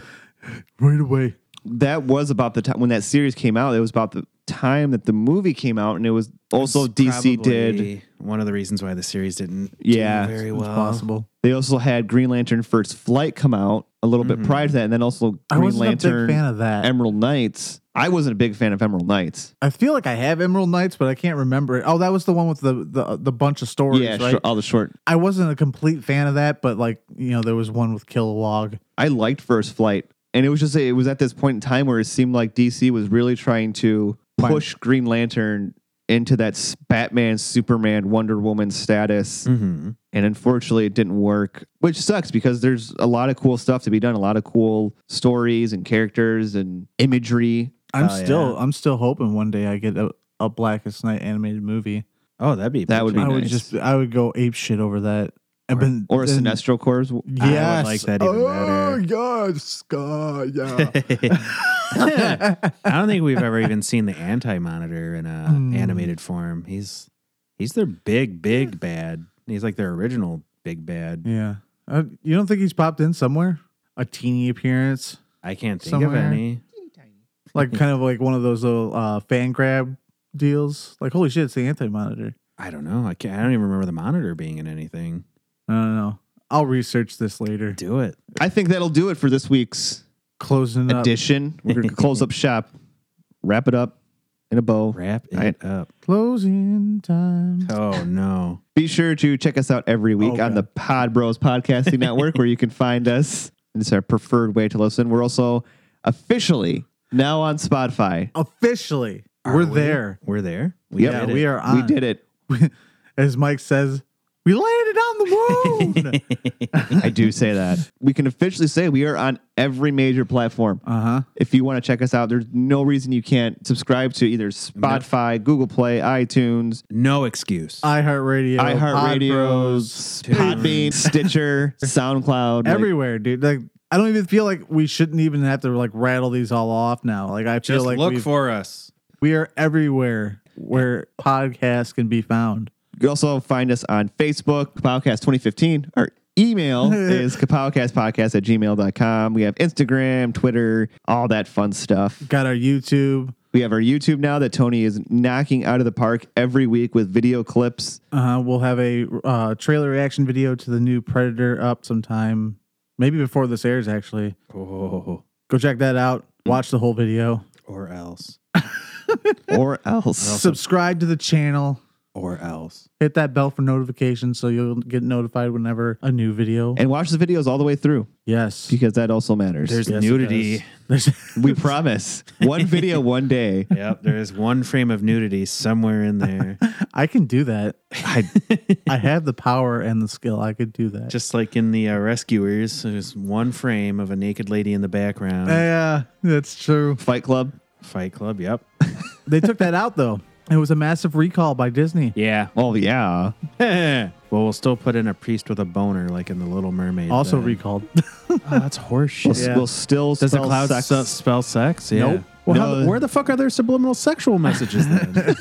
S2: right away."
S1: that was about the time when that series came out. It was about the time that the movie came out, and it was also
S3: It's
S1: DC did.
S3: probably one of the reasons why the series didn't
S1: Yeah.
S3: do very
S2: It's
S3: well.
S2: possible.
S1: They also had Green Lantern First Flight come out a little bit prior to that, and then also
S2: Mm-hmm. I
S1: Green
S2: wasn't a
S1: Lantern
S2: big fan of that.
S1: Emerald Knights. I wasn't a big fan of Emerald Knights.
S2: I feel like I have Emerald Knights, but I can't remember it. Oh, that was the one with the uh, the, the bunch of stories,
S1: yeah,
S2: right?
S1: shor- all the short.
S2: I wasn't a complete fan of that, but like you know, there was one with Kilowog.
S1: I liked First Flight, and it was just it was at this point in time where it seemed like DC was really trying to
S2: Fine.
S1: push Green Lantern into that s- Batman, Superman, Wonder Woman status,
S2: Mm.
S3: Mhm.
S1: and unfortunately, it didn't work, which sucks because there's a lot of cool stuff to be done, a lot of cool stories and characters and imagery.
S2: I'm
S3: Oh,
S2: still I'm still hoping one day I get a, a Blackest Night animated movie.
S3: Oh, that'd be
S1: That would be
S2: I
S3: I
S2: would
S1: nice.
S2: just I would go ape shit over that. I've been
S1: Or a
S2: then-
S1: Sinestro Corps.
S3: would
S2: Yes.
S3: like that even better.
S2: God, Scott, yeah.
S3: I don't think we've ever even seen the Anti Monitor in a
S2: Mm.
S3: animated form. He's he's their big big bad. He's like their original big bad.
S2: Yeah. Uh, you don't think he's popped in somewhere? A teeny appearance,
S3: I can't think of
S2: Somewhere.
S3: any.
S2: like kind of like one of those little uh, fan grab deals. Like, holy shit, it's the anti monitor.
S3: I don't know. I can't, I don't even remember the monitor being in anything.
S2: I don't know. I'll research this later.
S3: Do it.
S1: I think that'll do it for this week's
S2: Closing up.
S1: edition. We're going to close up shop, wrap it up in a bow.
S3: Wrap it
S1: Right.
S3: up.
S2: Closing time.
S3: Oh no.
S1: Be sure to check us out every week
S2: Oh,
S1: on
S2: God.
S1: the Pod Bros Podcasting Network, where you can find us. It's our preferred way to listen. We're also officially now on Spotify.
S2: Officially,
S3: Are
S2: we're
S3: we?
S2: there.
S3: We're there. We
S1: Yep.
S2: yeah,
S3: did it.
S2: we are on.
S1: We did it.
S2: As Mike says, we landed on the moon.
S1: I do say that. We can officially say we are on every major platform.
S2: uh huh.
S1: If you want to check us out, there's no reason you can't subscribe to either Spotify, Google Play, iTunes,
S3: No excuse.
S2: iHeartRadio,
S1: iHeartRadio, Podbean, Stitcher, SoundCloud. like-
S2: everywhere, dude. Like I don't even feel like we shouldn't even have to like rattle these all off now. Like I feel
S3: Just
S2: like
S3: look
S2: we've-
S3: for us.
S2: we are everywhere where podcasts can be found.
S1: You can also find us on Facebook, Kapowcast 2015. Our email is kapowcastpodcast at gmail.com. We have Instagram, Twitter, all that fun stuff.
S2: Got our YouTube.
S1: We have our YouTube now that Tony is knocking out of the park every week with video clips.
S2: Uh, we'll have a uh, trailer reaction video to the new Predator up sometime, maybe before this airs. Actually,
S3: Oh,
S2: go check that out. Watch the whole video.
S3: or else.
S1: Or else.
S2: Subscribe to the channel.
S3: Or else.
S2: Hit that bell for notifications so you'll get notified whenever a new video.
S1: And watch the videos all the way through
S2: Yes.
S1: because that also matters.
S3: There's
S2: Yes, it
S3: nudity.
S2: does. There's-
S1: we promise. One video, one day.
S3: Yep, there is one frame of nudity somewhere in there,
S2: I can do that. I, I have the power and the skill. I could do that.
S3: just like in the uh, Rescuers. There's one frame of a naked lady in the background.
S2: yeah, that's true.
S1: Fight Club.
S3: Fight Club. Yep.
S2: They took that out though. It was a massive recall by Disney.
S3: Yeah.
S1: Oh, yeah.
S3: well, we'll still put in a priest with a boner, like in the Little Mermaid.
S2: Also
S3: then.
S2: recalled.
S3: Oh, that's horseshit.
S2: Yeah.
S1: We'll still
S3: Does the
S1: spell
S3: cloud
S1: sex.
S3: se- spell sex? Yeah.
S2: Nope.
S3: Well,
S1: No.
S3: how, where the fuck are there subliminal sexual messages then?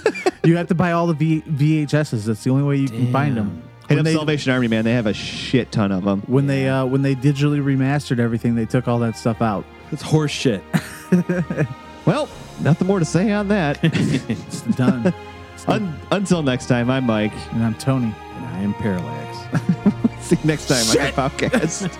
S2: you have to buy all the v- VHSs. That's the only way you can find them.
S1: Hit
S2: When
S1: up
S2: they
S1: Salvation Army, man. They have a shit ton of them.
S2: when they uh, when they digitally remastered everything, they took all that stuff out.
S3: it's horseshit.
S1: Well, nothing more to say on that.
S2: It's done. it's
S1: Un- until next time, I'm Mike.
S2: And I'm Tony.
S3: And I am Parallax.
S1: See you next time on the podcast.